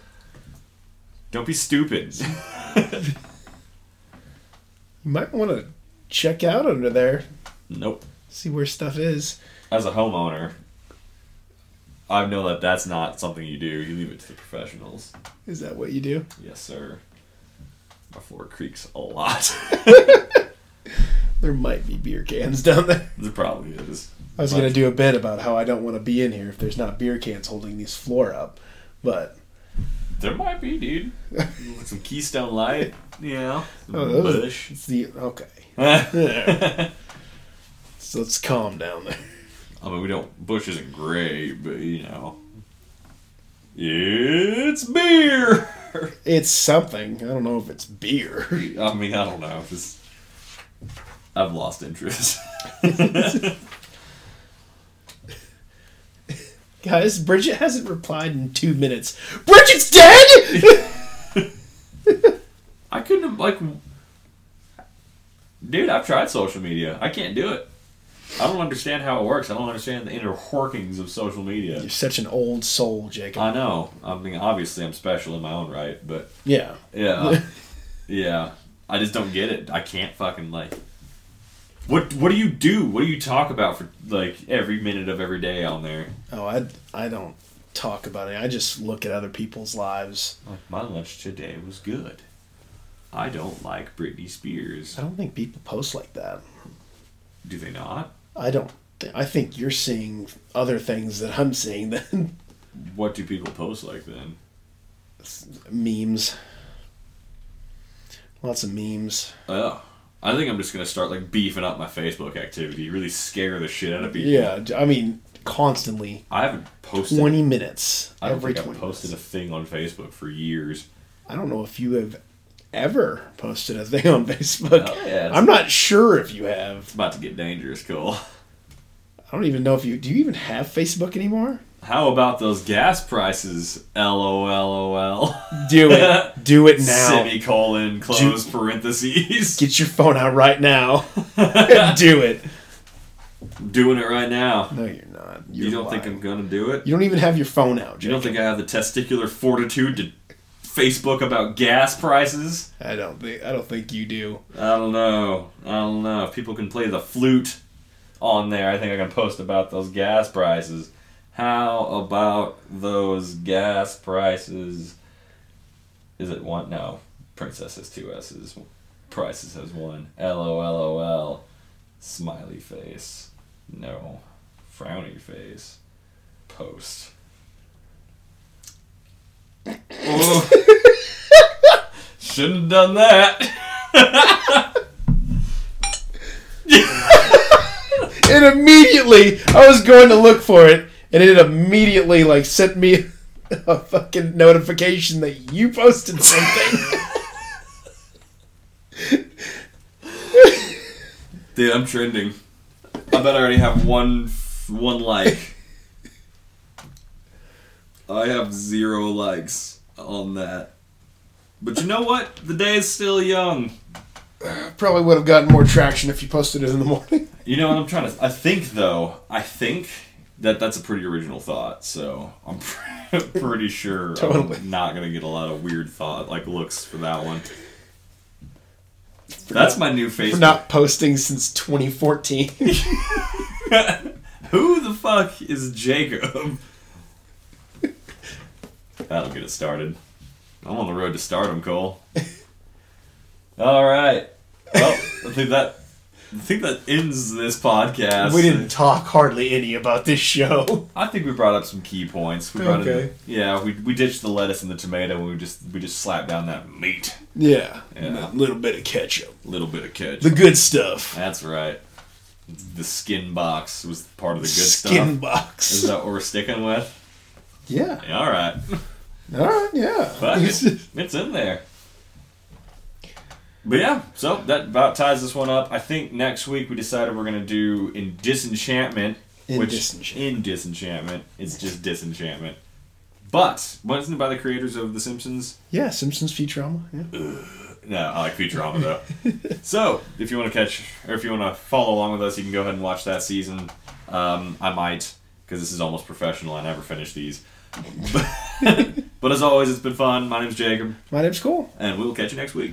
Speaker 1: Don't be stupid.
Speaker 2: You might want to check out under there,
Speaker 1: nope.
Speaker 2: see where stuff is.
Speaker 1: As a homeowner, I know that that's not something you do. You leave it to the professionals.
Speaker 2: Is that what you do?
Speaker 1: Yes, sir. My floor creaks a lot. <laughs>
Speaker 2: There might be beer cans <laughs> down there.
Speaker 1: it probably is.
Speaker 2: I was gonna do a bit about how I don't want to be in here if there's not beer cans holding this floor up, but
Speaker 1: There might be, dude. Some Keystone Light. Yeah.
Speaker 2: oh, that was-
Speaker 1: Bush.
Speaker 2: it's the okay.
Speaker 1: <laughs> I
Speaker 2: So it's calm down there.
Speaker 1: mean, we don't. Bush isn't great, but you know, it's beer. <laughs>
Speaker 2: It's something. I don't know if it's beer. <laughs>
Speaker 1: I mean, I don't know. This, I've lost interest. <laughs>
Speaker 2: Guys, Bridget hasn't replied in two minutes. Bridget's dead. <laughs>
Speaker 1: I couldn't have like, dude. I've tried social media. I can't do it. I don't understand how it works. I don't understand the inner workings of social media.
Speaker 2: You're such an old soul, Jacob.
Speaker 1: I know. I mean, obviously, I'm special in my own right, but
Speaker 2: yeah.
Speaker 1: <laughs> Yeah. yeah. I just don't get it. I can't fucking like what what do you do? What do you talk about for like every minute of every day on there?
Speaker 2: Oh, I I don't talk about it. I just look at other people's lives.
Speaker 1: Like my lunch today was good. I don't like Britney Spears.
Speaker 2: I don't think people post like that.
Speaker 1: Do they not?
Speaker 2: I don't. Th- I think you're seeing other things that I'm seeing than <laughs>
Speaker 1: What do people post like then?
Speaker 2: memes. Lots of memes.
Speaker 1: Oh. I think I'm just gonna start like beefing up my Facebook activity, really scare the shit out of people.
Speaker 2: Yeah, I mean, constantly.
Speaker 1: I haven't posted.
Speaker 2: 20 minutes
Speaker 1: I don't
Speaker 2: every
Speaker 1: think
Speaker 2: 20
Speaker 1: I've posted
Speaker 2: minutes.
Speaker 1: a thing on Facebook for years.
Speaker 2: I don't know if you have ever posted a thing on <laughs> Facebook.
Speaker 1: Oh, yeah, it's-
Speaker 2: I'm not sure if you have.
Speaker 1: It's about to get dangerous, Cole.
Speaker 2: I don't even know if you do you even have Facebook anymore?
Speaker 1: How about those gas prices? LOLOL. <laughs>
Speaker 2: Do it. do it now.
Speaker 1: Semicolon, close parentheses.
Speaker 2: Get your phone out
Speaker 1: <laughs>
Speaker 2: right now. do it.
Speaker 1: Doing it right now.
Speaker 2: No, you're not. You're
Speaker 1: You don't think
Speaker 2: lying.
Speaker 1: I'm gonna do it?
Speaker 2: You don't even have your phone out,
Speaker 1: You
Speaker 2: Jake.
Speaker 1: don't think I have the testicular fortitude to Facebook about gas prices?
Speaker 2: I don't think I don't think you do.
Speaker 1: I don't know. I don't know. If people can play the flute on there, I think I can post about those gas prices. How about those gas prices? Is it one? No. Princess has two S's. Prices has one. LOLOL. Smiley face. No. Frowny face. Post. Oh. Shouldn't have done that.
Speaker 2: And immediately I was going to look for it, and it immediately like sent me <laughs> a fucking notification that you posted <laughs> something.
Speaker 1: Dude, I'm trending. I bet I already have one one like. I have zero likes on that. But you know what? The day is still young.
Speaker 2: Probably would have gotten more traction if you posted it in the morning. <laughs>
Speaker 1: You know what I'm trying to? I think though. I think that that's a pretty original thought. So I'm <laughs> pre- pretty sure
Speaker 2: Totally.
Speaker 1: I'm not gonna get a lot of weird thought like looks for that one. That's my new
Speaker 2: For
Speaker 1: Facebook.
Speaker 2: not posting since 2014.
Speaker 1: Who the fuck is Jacob? <laughs> That'll get it started. I'm on the road to stardom,
Speaker 2: <laughs>
Speaker 1: Cole. All right. Well, I think that I think that ends this podcast.
Speaker 2: we didn't talk hardly any about this show.
Speaker 1: I think we brought up some key points. We brought
Speaker 2: Okay.
Speaker 1: in, yeah, we, we ditched the lettuce and the tomato. and We just we just slapped down that meat,
Speaker 2: Yeah.
Speaker 1: Yeah.
Speaker 2: A little bit of ketchup.
Speaker 1: little bit of ketchup.
Speaker 2: The good stuff.
Speaker 1: That's right. The skin box was part of the good
Speaker 2: Skin
Speaker 1: stuff.
Speaker 2: box.
Speaker 1: Is that what we're sticking with?
Speaker 2: yeah.
Speaker 1: Yeah, all right.
Speaker 2: All right, yeah.
Speaker 1: Fuck it. It's in there. But yeah, so that about ties this one up. I think next week we decided we're gonna do in disenchantment,
Speaker 2: In
Speaker 1: which
Speaker 2: Disenchantment.
Speaker 1: in disenchantment it's just disenchantment. But wasn't it by the creators of The Simpsons?
Speaker 2: <laughs> yeah, Simpsons Futurama. Yeah.
Speaker 1: No, I like Futurama though.
Speaker 2: <laughs>
Speaker 1: so if you want to catch or if you want to follow along with us, you can go ahead and watch that season. Um, I might because this is almost professional. I never finish these. <laughs> But, but as always, it's been fun. My name's Jacob,
Speaker 2: My name's Cole.
Speaker 1: and we will catch you next week.